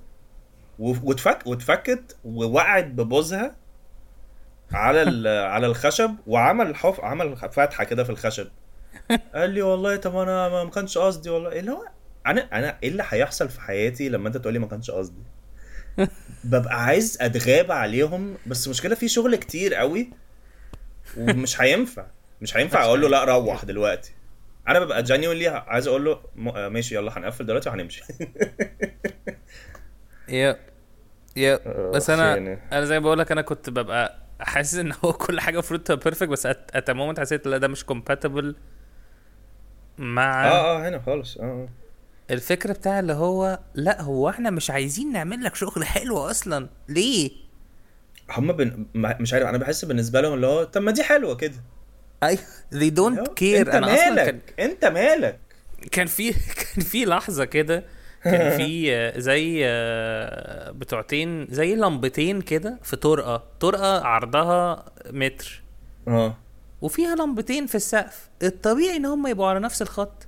S2: و- واتفك واتفكت ووقعت ببوزها على ال- على الخشب وعمل حف عمل فتحة كده في الخشب قال لي والله طب انا ما ما كانش قصدي والله إيه اللي هو انا انا ايه اللي هيحصل في حياتي لما انت تقول لي ما كانش قصدي ببقى عايز اتغاب عليهم بس المشكله في شغل كتير قوي ومش هينفع مش هينفع اقول له لا روح دلوقتي انا ببقى جانيولي عايز اقول له م- آه، ماشي يلا هنقفل دلوقتي وهنمشي
S1: يا يا
S2: آه،
S1: بس انا
S2: يعني.
S1: انا زي ما بقول لك انا كنت ببقى حاسس ان هو كل حاجه المفروض تبقى بيرفكت بس ات مومنت حسيت لا ده مش كومباتبل مع
S2: اه اه هنا خالص اه آه.
S1: الفكرة بتاع اللي هو لا هو احنا مش عايزين نعمل لك شغل حلو اصلا ليه؟
S2: هم بن... ما- مش عارف انا بحس بالنسبه لهم اللي هو طب ما دي حلوه كده
S1: ايوه they
S2: اللي هو،
S1: don't care
S2: انت
S1: انا اصلا كان
S2: أيوه، مالك انت مالك
S1: كان في كان في لحظة كده كان في آه، زي آه، بتوعتين زي لمبتين كده في طرقة طرقة عرضها متر
S2: اه
S1: وفيها لمبتين في السقف الطبيعي ان هم يبقوا على نفس الخط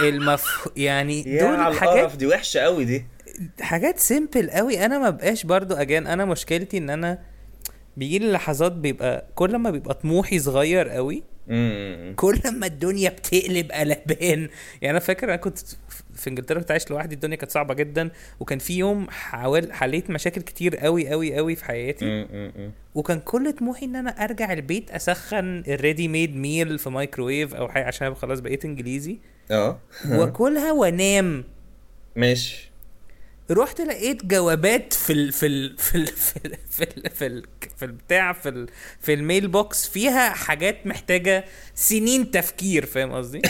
S1: المف يعني
S2: يا على
S1: دول حاجات
S2: القرف دي وحشه قوي دي
S1: حاجات سيمبل قوي انا ما بقاش برضو اجان انا مشكلتي ان انا بيجي لي لحظات بيبقى كل ما بيبقى طموحي صغير قوي
S2: امم
S1: كل ما الدنيا بتقلب قلبان يعني انا فاكر انا كنت في انجلترا كنت عايش لوحدي الدنيا كانت صعبه جدا وكان في يوم حاول حليت مشاكل كتير قوي قوي قوي في حياتي
S2: امم
S1: وكان كل طموحي ان انا ارجع البيت اسخن الريدي ميد ميل في مايكرويف او حاجه عشان أنا خلاص بقيت انجليزي
S2: اه
S1: واكلها وانام
S2: ماشي
S1: رحت لقيت جوابات في ال في ال في ال في ال في ال في, ال في البتاع في ال في الميل بوكس فيها حاجات محتاجه سنين تفكير فاهم قصدي؟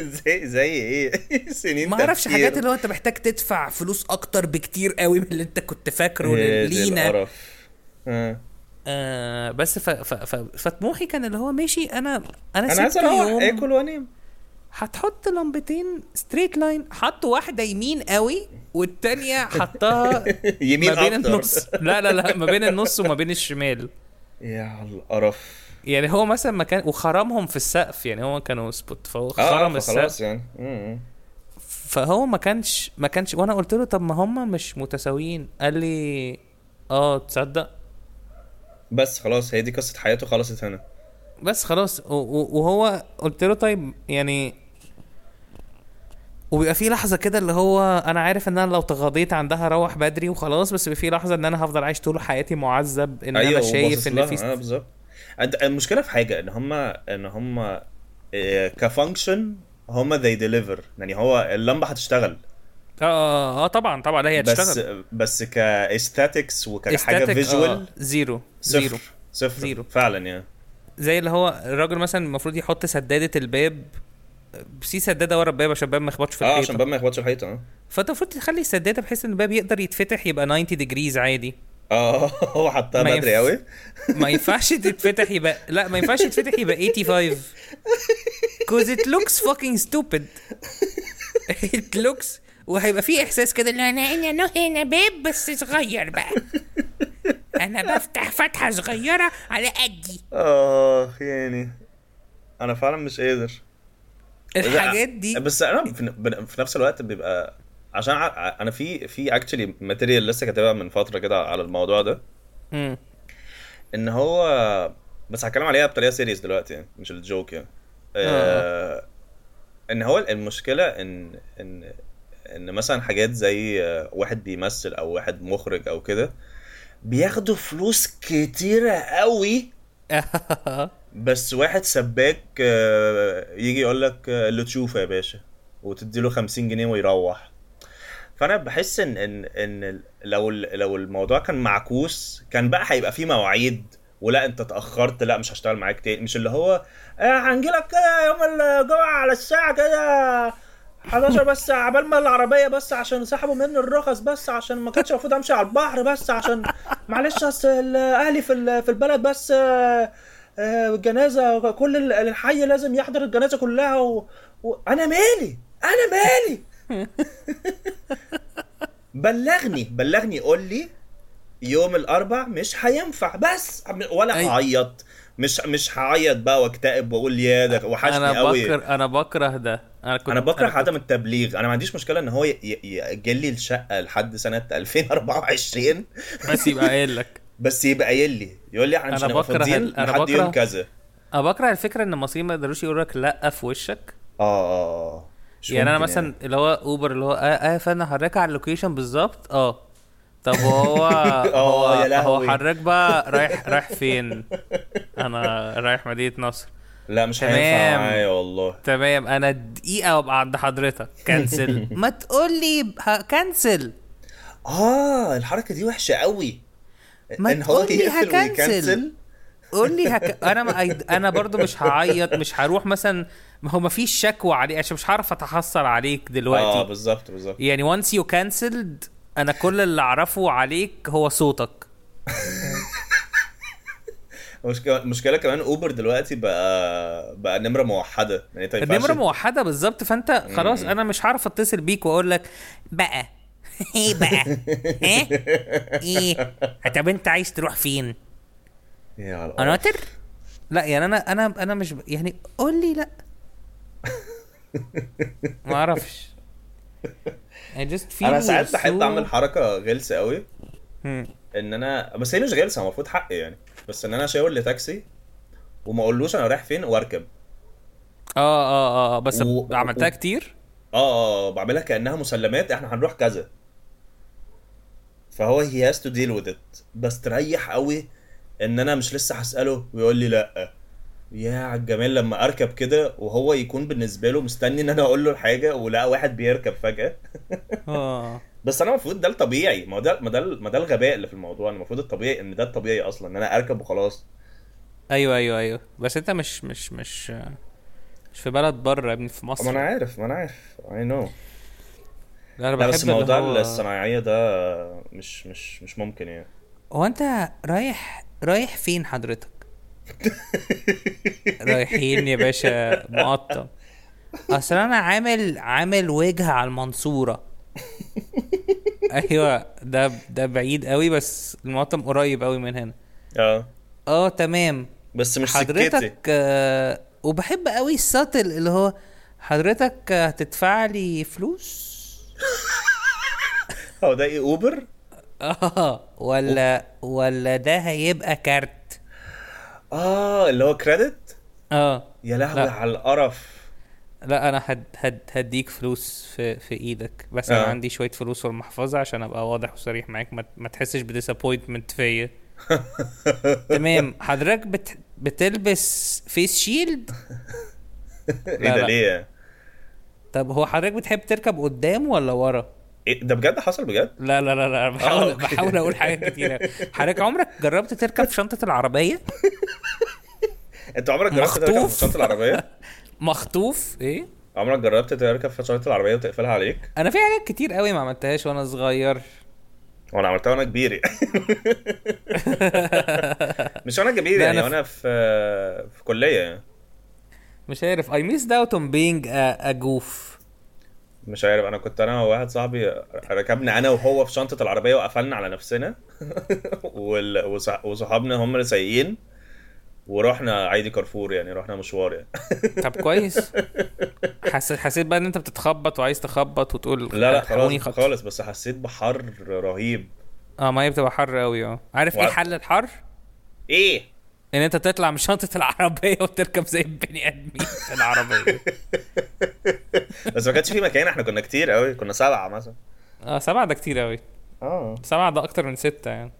S2: زي زي ايه سنين
S1: ما اعرفش
S2: تفكير.
S1: حاجات اللي هو انت محتاج تدفع فلوس اكتر بكتير قوي من اللي انت كنت فاكره
S2: إيه ده
S1: لينا
S2: القرف. آه.
S1: آه بس ف... ف... ف... فطموحي كان اللي هو ماشي انا انا,
S2: انا عايز
S1: سبت
S2: اروح
S1: يوم
S2: اكل وانام
S1: هتحط لمبتين ستريت لاين حط واحده يمين قوي والتانيه حطها
S2: يمين
S1: ما بين
S2: اكتر
S1: النص لا لا لا ما بين النص وما بين الشمال
S2: يا على القرف
S1: يعني هو مثلا ما كان وخرمهم في السقف يعني هو كانوا سبوت فهو
S2: اه
S1: خرم
S2: آه،
S1: السقف
S2: خلاص يعني مم.
S1: فهو ما كانش ما كانش وانا قلت له طب ما هم مش متساويين قال لي اه تصدق
S2: بس خلاص هي دي قصه حياته خلصت هنا
S1: بس خلاص و- و- وهو قلت له طيب يعني وبيبقى في لحظه كده اللي هو انا عارف ان انا لو تغاضيت عندها اروح بدري وخلاص بس بيبقى في لحظه ان انا هفضل عايش طول حياتي معذب ان
S2: أيوة،
S1: انا شايف ان في
S2: اه بالظبط أنت- المشكله في حاجه ان هم ان هم كفانكشن هم آه، they deliver يعني هو اللمبه هتشتغل
S1: اه اه, آه طبعا طبعا لا هي
S2: بس
S1: هتشتغل
S2: بس كاستاتكس وكحاجه
S1: Aesthetic،
S2: فيجوال
S1: آه زيرو زيرو
S2: صفر صفر
S1: زيرو.
S2: فعلا يعني
S1: زي اللي هو الراجل مثلا المفروض يحط سداده الباب في سداده ورا الباب عشان الباب ما يخبطش في
S2: اه
S1: الحيطه
S2: عشان بقى ما يخبطش الحيطه اه
S1: فانت المفروض تخلي السداده بحيث ان الباب يقدر يتفتح يبقى 90 ديجريز عادي
S2: اه هو حطها
S1: ما ينف-
S2: بدري قوي
S1: ما ينفعش تتفتح يبقى لا ما ينفعش تتفتح يبقى 85 cause it looks fucking stupid it looks وهيبقى في احساس كده
S2: إيه
S1: اللي هو
S3: انا هنا نو هنا باب بس صغير بقى انا بفتح فتحه صغيره على قدي
S2: اه يعني انا فعلا مش قادر
S1: الحاجات دي
S2: بس انا في, ن- في نفس الوقت بيبقى عشان ع- انا في في اكشلي ماتيريال لسه كاتبها من فتره كده على الموضوع ده
S1: مم.
S2: ان هو بس هتكلم عليها بطريقه سيريس دلوقتي يعني مش الجوك يعني آه ان هو المشكله ان ان ان مثلا حاجات زي آه، واحد بيمثل او واحد مخرج او كده بياخدوا فلوس كتيره قوي بس واحد سباك آه، يجي يقول لك آه، اللي تشوفه يا باشا وتدي له 50 جنيه ويروح فانا بحس ان ان ان ال- لو ال- لو الموضوع كان معكوس كان بقى هيبقى فيه مواعيد ولا انت اتاخرت لا مش هشتغل معاك تاني مش اللي هو آه هنجي لك كده يوم الجمعه على الساعه كده 11 بس عبال ما العربيه بس عشان سحبوا مني الرخص بس عشان ما كانش المفروض امشي على البحر بس عشان معلش اصل ال- اهلي في ال- في البلد بس آه، آه، الجنازه كل ال- الحي لازم يحضر الجنازه كلها و... و... انا مالي انا مالي بلغني بلغني قول لي يوم الاربع مش هينفع بس ولا
S1: أي-
S2: هعيط مش مش هعيط بقى واكتئب واقول يا ده وحشني
S1: انا
S2: قوي
S1: بكره انا بكره ده انا كنت
S2: انا بكره
S1: كنت-
S2: عدم التبليغ انا ما عنديش مشكله ان هو ي- ي- ياجل لي الشقه لحد سنه 2024
S1: بس يبقى قايل لك
S2: بس يبقى قايل لي يقول لي احنا مش
S1: أنا
S2: هنبقى
S1: بكره
S2: فاضيين
S1: ال- أنا
S2: لحد
S1: بكره-
S2: يوم كذا
S1: انا بكره الفكره ان المصريين ما يقدروش يقولوا لك لا في وشك
S2: اه اه مش
S1: يعني انا
S2: ممكن
S1: مثلا اللي هو اوبر اللي هو اه, آه فانا هوريك على اللوكيشن بالظبط اه طب هو هو
S2: آه، يا
S1: هو
S2: لهوي.
S1: حضرتك بقى رايح رايح فين؟ انا رايح مدينه نصر
S2: لا مش
S1: تمام.
S2: هينفع معايا والله
S1: تمام انا دقيقه وابقى عند حضرتك كنسل ما تقول لي هكنسل
S2: اه الحركه دي وحشه قوي
S1: ما
S2: ان هو
S1: تقول لي
S2: يقفل
S1: هكنسل
S2: ويكنسل
S1: قول لي هك... انا ما... انا برضو مش هعيط مش هروح مثلا ما هو ما فيش شكوى عليه عشان مش هعرف اتحصل عليك
S2: اه
S1: دلوقتي
S2: بالظبط بالظبط
S1: يعني وانس يو كانسلد انا كل اللي اعرفه عليك هو صوتك
S2: مشكلة مشكلة كمان اوبر دلوقتي بقى بقى نمرة موحدة يعني انت ما ينفعش-
S1: النمره موحده بالظبط فانت خلاص انا مش هعرف اتصل بيك واقول لك بقى إيه
S3: ايه بقى
S1: ايه طب انت عايز تروح فين
S2: يا على القرف.
S1: قناطر لا يعني انا انا انا مش ب- يعني قول لي لا ما اعرفش I just feel
S2: انا ساعات
S1: so-
S2: بحب اعمل حركه غلسه قوي
S1: مم.
S2: ان انا بس هي مش غلسه المفروض حقي يعني بس ان انا اشاور لتاكسي وما اقولوش انا رايح فين واركب
S1: اه اه اه بس
S2: و-
S1: عملتها
S2: و-
S1: كتير
S2: اه اه بعملها كانها مسلمات احنا هنروح كذا فهو he has to deal with it بستريح قوي ان انا مش لسه هساله ويقول لي لا يا عالجمال لما اركب كده وهو يكون بالنسبه له مستني ان انا اقول له الحاجه ولا واحد بيركب فجاه
S1: اه
S2: بس انا المفروض ده الطبيعي ما هو ده ما ده ما ده الغباء اللي في الموضوع أنا المفروض الطبيعي ان ده الطبيعي اصلا ان انا اركب وخلاص
S1: ايوه ايوه ايوه بس انت مش مش مش مش في بلد بره يا ابني في
S2: ما انا
S1: مصر
S2: عارف ما انا عارف اي نو
S1: انا بحب
S2: بس موضوع
S1: اللي هو...
S2: الصناعيه ده مش مش مش ممكن يعني
S1: هو انت رايح رايح فين حضرتك؟ رايحين يا باشا مقطم اصل انا عامل عامل وجهه على المنصوره ايوه ده ده بعيد قوي بس المقطم قريب قوي من هنا
S2: اه
S1: اه تمام
S2: بس مش سكتي
S1: حضرتك آه وبحب قوي الساتل اللي هو حضرتك آه، هتدفع لي فلوس
S2: هو ده ايه اوبر
S1: اه ولا ولا ده هيبقى كارت
S2: اه اللي هو كريدت
S1: اه
S2: يا لهوي
S1: لا.
S2: على القرف
S1: لا انا هد هد هديك فلوس في في ايدك بس انا
S2: آه.
S1: عندي شويه فلوس في المحفظه عشان ابقى واضح وصريح معاك ما, ما تحسش بديسابوينتمنت فيا تمام حضرتك بت بتلبس فيس شيلد
S2: ايه
S1: لا،
S2: ده
S1: لا.
S2: ليه
S1: طب هو حضرتك بتحب تركب قدام ولا ورا
S2: إيه ده بجد حصل بجد
S1: لا لا لا لا أنا
S2: آه،
S1: بحاول
S2: أوكي.
S1: بحاول اقول حاجات كتيره حضرتك عمرك جربت تركب شنطه العربيه
S2: انت عمرك جربت تركب
S1: مخطوف.
S2: في شنطه العربيه
S1: مخطوف ايه
S2: عمرك جربت تركب في شنطه العربيه وتقفلها عليك
S1: انا في حاجات كتير قوي ما عملتهاش وانا صغير
S2: وانا عملتها وانا كبير مش وانا كبير
S1: لا،
S2: يعني
S1: أنا في-
S2: وانا في في كليه يعني
S1: مش عارف I missed out on being a, a goof
S2: مش عارف انا كنت انا وواحد صاحبي ركبنا انا وهو في شنطه العربيه وقفلنا على نفسنا وال- وص- وصحابنا هم اللي سايقين ورحنا عادي كارفور يعني رحنا مشوار يعني
S1: طب كويس حسيت حسيت بقى ان انت بتتخبط وعايز تخبط وتقول
S2: لا لا
S1: الحقوني
S2: خلاص
S1: خط-
S2: خالص بس حسيت بحر رهيب
S1: اه ما هي بتبقى حر قوي اه عارف ايه
S2: وع-
S1: حل الحر؟
S2: ايه
S1: ان انت تطلع من شنطه العربيه وتركب زي البني ادمين في العربيه
S2: بس ما كانش في مكان احنا كنا كتير قوي كنا سبعه مثلا
S1: اه سبعه ده كتير قوي
S2: اه
S1: سبعه ده اكتر من سته يعني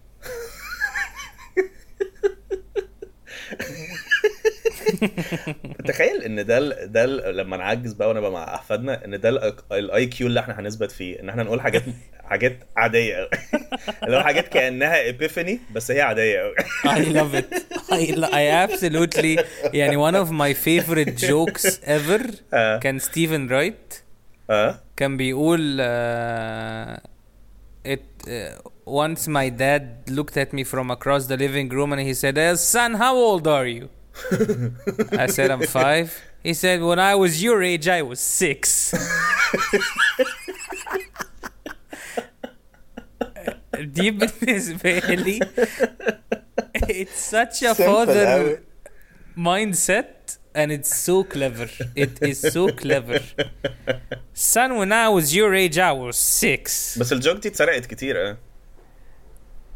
S2: تخيل ان ده ال- ده ال- لما نعجز بقى ونبقى مع احفادنا ان ده الاي كيو اللي احنا هنثبت فيه ان احنا نقول حاجات حاجات عاديه قوي اللي هو حاجات كانها ابيفاني بس هي عاديه قوي
S1: I love it I, lo- I absolutely يعني one of my favorite jokes ever
S2: آه.
S1: كان ستيفن رايت
S2: اه
S1: كان بيقول uh, it uh, once my dad looked at me from across the living room and he said "Eh, son how old are you I said I'm five he said when I was your age I was six دي بالنسبة لي it's such a father mindset and it's so clever. It is so clever. Son, when I was your age, I was six.
S2: بس الجوك دي اتسرقت كتير اه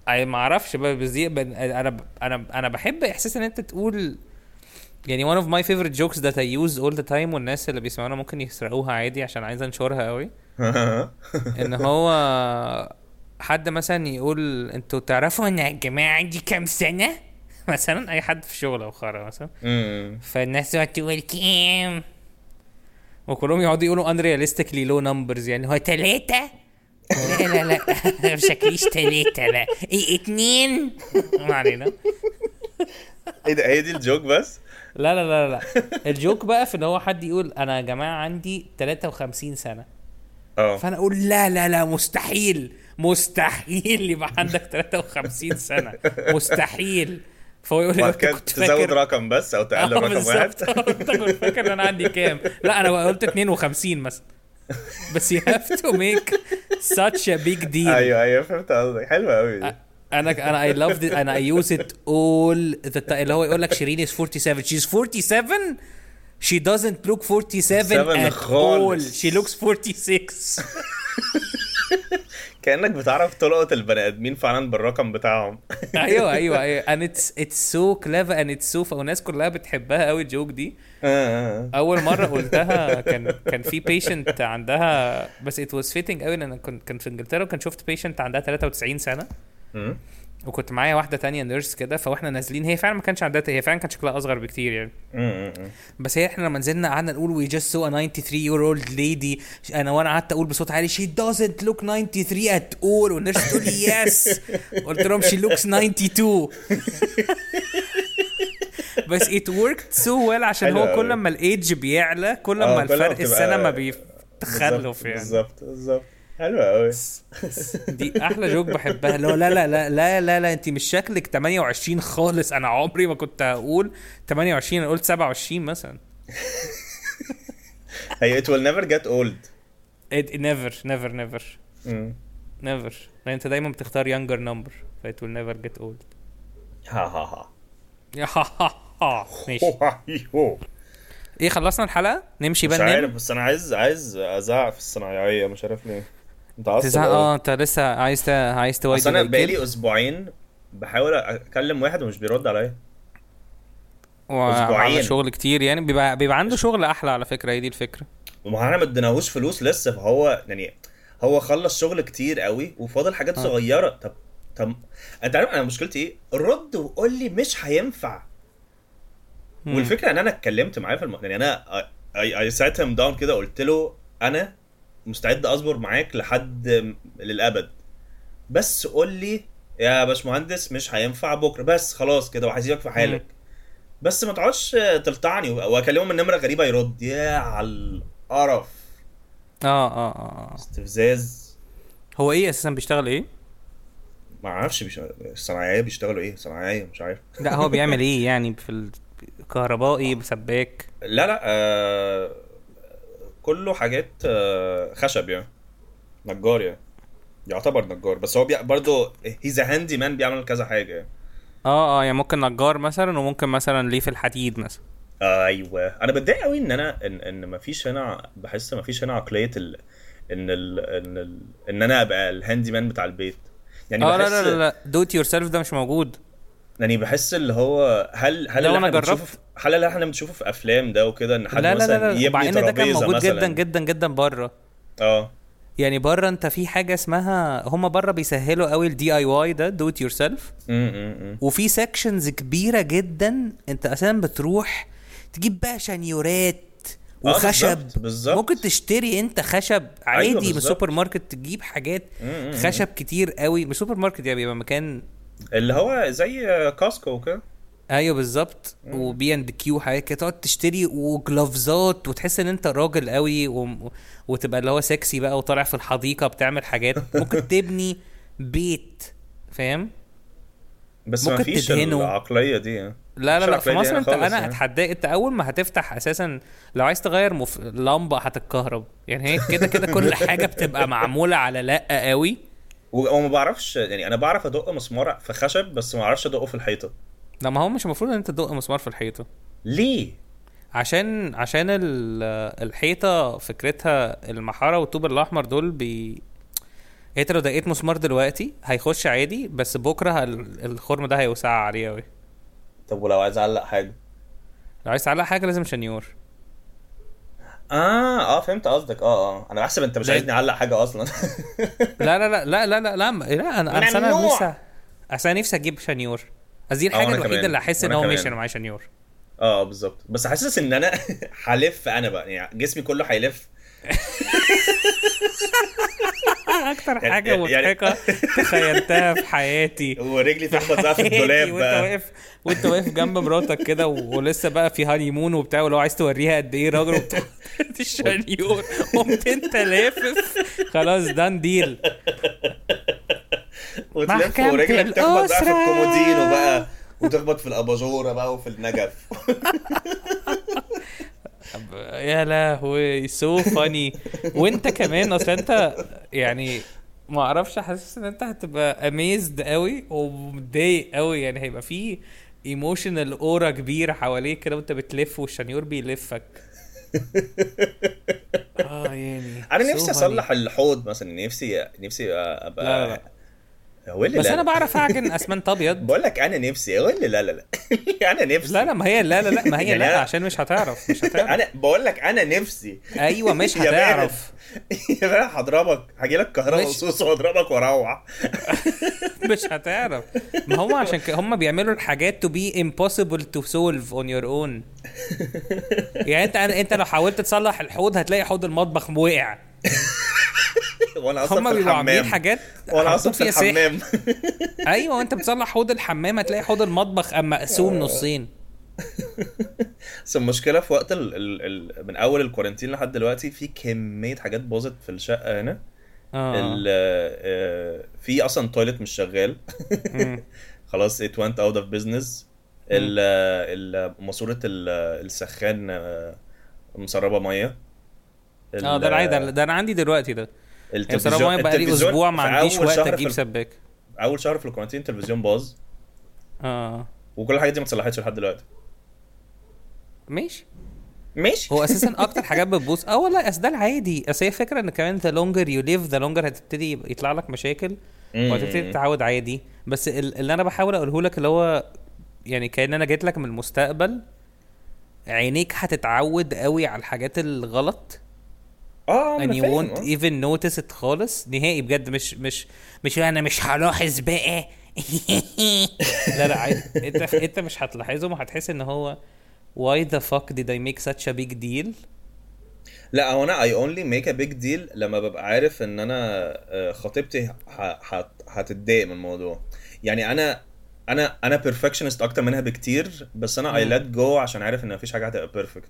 S1: اي ما اعرفش بقى بس دي بن- انا ب- انا انا بحب احساس ان انت تقول يعني one of my favorite jokes that I use all the time والناس اللي بيسمعونا ممكن يسرقوها عادي عشان عايز انشرها قوي
S2: آه.
S1: ان هو حد مثلا يقول انتوا تعرفوا ان الجماعه عندي كام سنه مثلا اي حد في شغل او خارج مثلا
S2: أمم.
S1: فالناس تقعد تقول كام وكلهم يقعدوا يقولوا unrealistically low numbers يعني هو تلاتة لا لا لا شكليش تلاتة لا ايه اتنين ما علينا
S2: ايه ده هي دي الجوك بس
S1: لا لا لا لا الجوك بقى في ان هو حد يقول انا يا جماعة عندي 53 سنة
S2: اه
S1: فانا اقول لا لا لا مستحيل مستحيل يبقى عندك 53 سنة مستحيل فهو يقول لي
S2: بعد
S1: "أنت
S2: كده تزود رقم بس او تقلل
S1: آه،
S2: رقم واحد
S1: بالظبط. انت كنت فاكر ان انا عندي كام لا انا قلت 52 مثلا بس you have to make such a big deal
S2: أيوة.
S1: آه،
S2: ايوه ايوه فهمت أيوه، قصدك حلوه قوي دي
S1: انا انا اي لاف انا اي يوز ات اول اللي هو يقول لك شيرين از 47 شي از 47 She doesn't look 47
S2: 47
S1: at all.
S2: خالص.
S1: She looks 46.
S2: كانك بتعرف تلقط البني ادمين فعلا بالرقم بتاعهم آه،
S1: ايوه ايوه ايوه and it's it's so clever and it's so والناس كلها بتحبها قوي الجوك دي.
S2: آه.
S1: اول مره قلتها كان كان في بيشنت عندها بس ات واز فيتنج قوي انا كنت كان في انجلترا وكان شفت بيشنت عندها 93 سنه
S2: مم.
S1: وكنت معايا واحده تانية نيرس كده فاحنا نازلين هي فعلا ما كانش عندها هي فعلا كان شكلها اصغر بكتير يعني
S2: مم. مم.
S1: بس هي احنا لما نزلنا قعدنا نقول وي جاست سو 93 يور اولد ليدي انا وانا قعدت اقول بصوت عالي شي دازنت لوك 93 ات اول والنيرس تقول لي يس قلت لهم شي لوكس 92 بس ات وركت سو ويل عشان
S2: حلو
S1: هو كل
S2: أوي.
S1: ما الايدج بيعلى كل
S2: آه،
S1: ما
S2: كل ما
S1: الفرق
S2: بتبقى-
S1: السنه ما
S2: بالظبط،
S1: بيتخلف يعني
S2: بالظبط بالظبط حلوه قوي
S1: دي احلى جوك بحبها اللي هو لا لا لا لا لا, لا انت مش شكلك 28 خالص انا عمري ما كنت هقول 28 انا قلت 27 مثلا
S2: هي it will never get old
S1: نيفر نيفر نيفر
S2: مم.
S1: نيفر لان انت دايما بتختار يانجر نمبر فايت ويل نيفر جيت اولد
S2: ها ها
S1: ماشي
S2: ها هو
S1: ايه خلصنا الحلقه نمشي
S2: مش
S1: بقى ننام
S2: عارف بس انا عايز عايز ازعق في الصناعيه مش عارف ليه انت
S1: تزهق اه انت لسه عايز ت- عايز تواجه
S2: اصل انا بقالي اسبوعين بحاول اكلم واحد ومش بيرد عليا
S1: وعلى
S2: أسبوعين.
S1: شغل كتير يعني بيبقى بيبقى عنده شغل احلى على فكره هي دي الفكره
S2: وما احنا ما اديناهوش فلوس لسه فهو يعني هو خلص شغل كتير قوي وفاضل حاجات صغيره طب طب انت عارف انا مشكلتي ايه؟ رد وقول لي مش هينفع
S1: مم.
S2: والفكره ان انا اتكلمت معاه في الم... يعني انا اي اي سات هيم داون كده قلت له انا مستعد اصبر معاك لحد م- للابد بس قول لي يا باشمهندس مش هينفع بكره بس خلاص كده وهسيبك في حالك بس ما تقعدش تلطعني واكلمه من نمره غريبه يرد يا على القرف
S1: اه اه اه آه.
S2: استفزاز
S1: هو ايه اساسا بيشتغل ايه؟
S2: ما اعرفش بيش... الصناعيه بيشتغلوا ايه صناعيه مش عارف
S1: لا هو بيعمل ايه يعني في ال- كهربائي سباك
S2: لا لا آه... كله حاجات آه... خشب يعني نجار يعني يعتبر نجار بس هو بي... برضه هيز هاندي مان بيعمل كذا حاجه يعني.
S1: اه اه يعني ممكن نجار مثلا وممكن مثلا ليه في الحديد مثلا
S2: ايوه انا بتضايق قوي ان انا ان ان مفيش هنا ع- بحس مفيش هنا عقليه ال... ان ال... ان ال... ان انا ابقى الهاندي مان بتاع البيت يعني
S1: اه لا
S2: بحس
S1: لا لا, لا. دوت يور سيلف ده مش موجود
S2: يعني بحس اللي هو هل هل
S1: لو
S2: اللي
S1: أنا
S2: احنا بنشوفه
S1: جربت.
S2: في- هل اللي احنا بنشوفه في افلام ده وكده ان حد
S1: لا لا
S2: مثلا
S1: لا لا مع
S2: يبني
S1: ان ده كان
S2: ترابيزه
S1: موجود
S2: مثلا
S1: جدا جدا جدا بره
S2: اه
S1: يعني بره انت في حاجه اسمها هم بره بيسهلوا قوي الدي اي واي ده دو ات يور سيلف
S2: أمم، أمم، أمم.
S1: وفي سكشنز كبيره جدا انت اساسا بتروح تجيب بقى شنيورات
S2: آه،
S1: وخشب
S2: بالظبط، بالظبط.
S1: ممكن تشتري انت خشب عادي
S2: أيوة،
S1: من
S2: بالظبط.
S1: السوبر ماركت تجيب حاجات
S2: مم، مم.
S1: خشب كتير قوي من السوبر ماركت يعني بيبقى مكان
S2: اللي هو زي كاسكو وكده
S1: ايوه بالظبط وبي اند كيو حاجات كده تقعد تشتري وجلافزات وتحس ان انت راجل قوي و... وتبقى اللي هو سكسي بقى وطالع في الحديقه بتعمل حاجات ممكن تبني بيت فاهم
S2: بس
S1: ممكن
S2: ما فيش
S1: تدهنه.
S2: العقليه دي يعني.
S1: لا لا
S2: مش
S1: لا
S2: عقلية
S1: في
S2: دي
S1: مصر
S2: يعني
S1: انت
S2: خالص
S1: انا
S2: يعني.
S1: هتحداك انت اول ما هتفتح اساسا لو عايز تغير مف... لمبه هتتكهرب يعني هي كده كده كل حاجه بتبقى معموله على لا قوي
S2: و- وما بعرفش يعني انا بعرف ادق مسمار في خشب بس ما اعرفش ادقه في الحيطه
S1: لا ما هو مش المفروض ان انت تدق مسمار في الحيطه
S2: ليه؟
S1: عشان عشان ال- الحيطه فكرتها المحاره والطوب الاحمر دول بي انت لو دقيت مسمار دلوقتي هيخش عادي بس بكره هال- الخرم ده هيوسع عليه قوي
S2: طب ولو عايز اعلق حاجه
S1: لو عايز تعلق حاجه لازم شنيور
S2: اه اه فهمت قصدك اه اه انا بحسب انت مش
S1: ليه؟
S2: عايزني اعلق حاجه اصلا
S1: لا لا لا لا لا لا لا, لا انا انا انا
S2: ممنوع.
S1: نفسي اصل انا نفسي اجيب شنيور اصل دي
S2: آه،
S1: الحاجه
S2: وأنا
S1: الوحيده
S2: كمان.
S1: اللي احس ان
S2: وأنا
S1: هو
S2: كمان.
S1: ماشي انا معايا شنيور
S2: اه بالظبط بس حاسس ان انا هلف انا بقى يعني جسمي كله هيلف
S1: اكتر
S2: يعني-
S1: حاجه
S2: يعني-
S1: مضحكه تخيلتها في حياتي
S2: ورجلي تخبط بقى في الدولاب
S1: وانت
S2: بقى
S1: واقف وانت واقف جنب مراتك كده و- ولسه بقى في هاني مون وبتاع ولو عايز توريها قد ايه راجل وبتحط الشنيور قمت انت لافف خلاص دان ديل
S2: وتلف
S1: محكمة
S2: ورجلك تخبط بقى في
S1: الأسرة.
S2: الكومودينو بقى وتخبط في الاباجوره بقى وفي النجف
S1: يا لهوي سو فاني وانت كمان اصل انت يعني ما اعرفش حاسس ان انت هتبقى اميزد قوي ومتضايق قوي يعني هيبقى في ايموشنال اورا كبير حواليك كده وانت بتلف والشنيور بيلفك اه يعني
S2: انا
S1: so
S2: نفسي
S1: funny.
S2: اصلح الحوض مثلا نفسي نفسي ابقى
S1: لا لا لا
S2: هو اللي
S1: بس
S2: لا
S1: انا
S2: لا.
S1: بعرف اعجن اسمنت ابيض
S2: بقول لك انا نفسي هو اللي لا لا لا انا نفسي
S1: لا لا ما هي لا لا لا ما هي
S2: يعني
S1: لا
S2: أنا-
S1: عشان مش هتعرف مش هتعرف
S2: انا بقول لك انا نفسي
S1: ايوه مش
S2: يا بارد.
S1: هتعرف
S2: يا بقى هضربك هاجي لك كهرباء
S1: ماشي.
S2: وصوص واضربك واروح
S1: مش هتعرف ما هو عشان كده هم بيعملوا الحاجات to be impossible to solve on your own يعني انت انت لو حاولت تصلح الحوض هتلاقي حوض المطبخ وقع
S2: وانا اصلا
S1: هم
S2: في
S1: بيبقوا عاملين
S2: الحمام
S1: حاجات
S2: وانا
S1: حاطين
S2: اصلا في
S1: فيها سحر.
S2: الحمام
S1: ايوه وانت بتصلح حوض الحمام هتلاقي حوض المطبخ اما مقسوم نصين
S2: بس المشكله في وقت ال ال ال من اول الكورنتين لحد دلوقتي في كميه حاجات باظت في الشقه هنا
S1: اه
S2: ال- آه، في اصلا تويلت مش شغال
S1: مم.
S2: خلاص it went out of business ال- آه، ال- ماسوره ال- آه، السخان آه، مسربه ميه ال-
S1: اه ده العادي ده انا عندي دلوقتي ده يعني
S2: التلفزيون-
S1: بصراحه بقى لي
S2: التلفزيون
S1: اسبوع ما
S2: في
S1: عنديش
S2: أول
S1: وقت
S2: شهر في
S1: اجيب
S2: ال-
S1: سباك
S2: اول شهر في الكورنتين التلفزيون باظ
S1: اه
S2: وكل الحاجات دي ما اتصلحتش لحد دلوقتي
S1: ماشي
S2: ماشي
S1: هو اساسا اكتر حاجات بتبوظ اه والله اصل ده العادي اصل هي فكره ان كمان ذا لونجر يو ليف ذا لونجر هتبتدي يبقى- يطلع لك مشاكل
S2: مم.
S1: وهتبتدي تتعود عادي بس ال- اللي انا بحاول اقوله لك اللي هو يعني كان انا جيت لك من المستقبل عينيك هتتعود قوي على الحاجات الغلط
S2: اه
S1: and
S2: انا
S1: يعني you
S2: فاهم،
S1: won't
S2: آه.
S1: even notice it خالص نهائي بجد مش مش مش انا مش هلاحظ بقى لا لا عادي انت انت مش هتلاحظهم وهتحس ان هو why the fuck did I make such a big deal
S2: لا هو انا اي اونلي ميك ا بيج ديل لما ببقى عارف ان انا آه، خطيبتي ه- هت- هتتضايق من الموضوع يعني انا انا انا بيرفكشنست اكتر منها بكتير بس انا اي
S1: مم.
S2: ليت جو عشان عارف ان مفيش حاجه هتبقى بيرفكت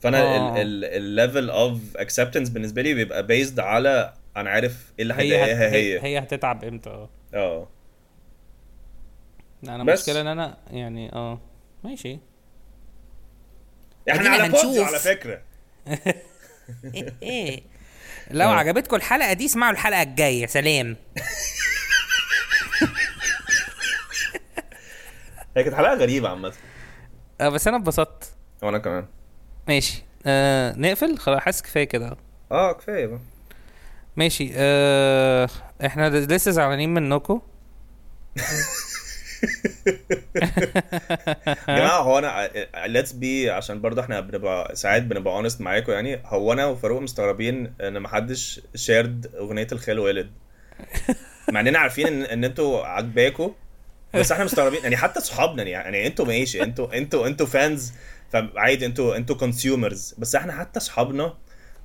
S2: فانا
S1: آه.
S2: الليفل اوف اكسبتنس بالنسبه لي بيبقى بيزد على انا عارف ايه اللي
S1: هي
S2: هيضايقها
S1: هت- هي
S2: هي
S1: هي هتتعب امتى اه
S2: اه
S1: انا
S2: بس.
S1: مشكله ان انا يعني اه ماشي
S2: احنا
S1: أدينا
S2: على بودز
S1: هنشوف.
S2: على فكره
S1: ايه لو عجبتكم الحلقه دي اسمعوا الحلقه الجايه سلام
S2: هي كانت حلقه غريبه عامه
S1: آه بس انا اتبسطت
S2: وانا كمان
S1: ماشي آه نقفل خلاص حاسس كفايه كده
S2: اه كفايه بقى
S1: ماشي آه احنا لسه زعلانين منكم
S2: يا جماعه هو انا ليتس بي عشان برضه احنا بنبقى ساعات بنبقى اونست معاكم يعني هو انا وفاروق مستغربين ان محدش شيرد اغنيه الخال ولد مع اننا عارفين ان, إن انتوا عاجباكوا بس احنا مستغربين يعني حتى صحابنا يعني انتوا ماشي انتوا انتوا انتوا فانز فعادي انتوا انتوا كونسيومرز بس احنا حتى صحابنا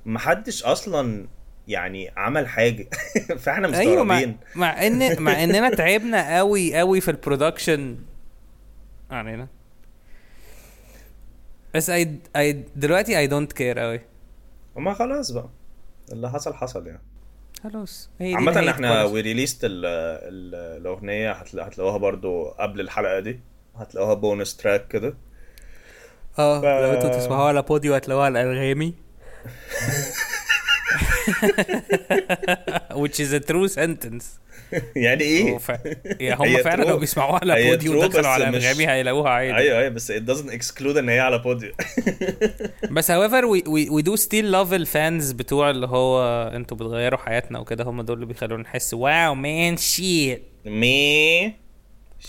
S2: محدش اصلا يعني عمل حاجه فاحنا
S1: ايوه مع,
S2: مستغربين
S1: مع ان مع اننا تعبنا قوي قوي في البرودكشن علينا بس I, I دلوقتي اي دونت كير قوي
S2: وما خلاص بقى اللي حصل حصل يعني
S1: خلاص هي دي
S2: عامة
S1: نهاية
S2: احنا
S1: كل-
S2: وي ريليست الأغنية هتلا- هتلاقوها برضو قبل الحلقة دي هتلاقوها بونس تراك كده
S1: اه
S2: ف-
S1: لو انتوا تسمعوها على بوديو هتلاقوها على انغامي which is a true sentence
S2: يعني ايه؟
S1: ف... يا هم
S2: هي
S1: فعلا لو إيه
S2: true.
S1: بيسمعوها على
S2: هي
S1: بوديو
S2: true
S1: ودخلوا
S2: بس
S1: على
S2: مش-
S1: انغامي هيلاقوها عادي
S2: ايوه ايوه بس it doesn't exclude ان هي على بوديو
S1: بس however we, we, we do still love الفانز بتوع اللي هو انتوا بتغيروا حياتنا وكده هم دول اللي بيخلونا نحس واو مان شيت
S2: مي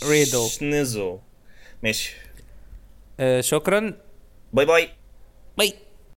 S1: ريدو.
S2: شنزو ماشي
S1: آه شكرا
S2: باي باي
S1: باي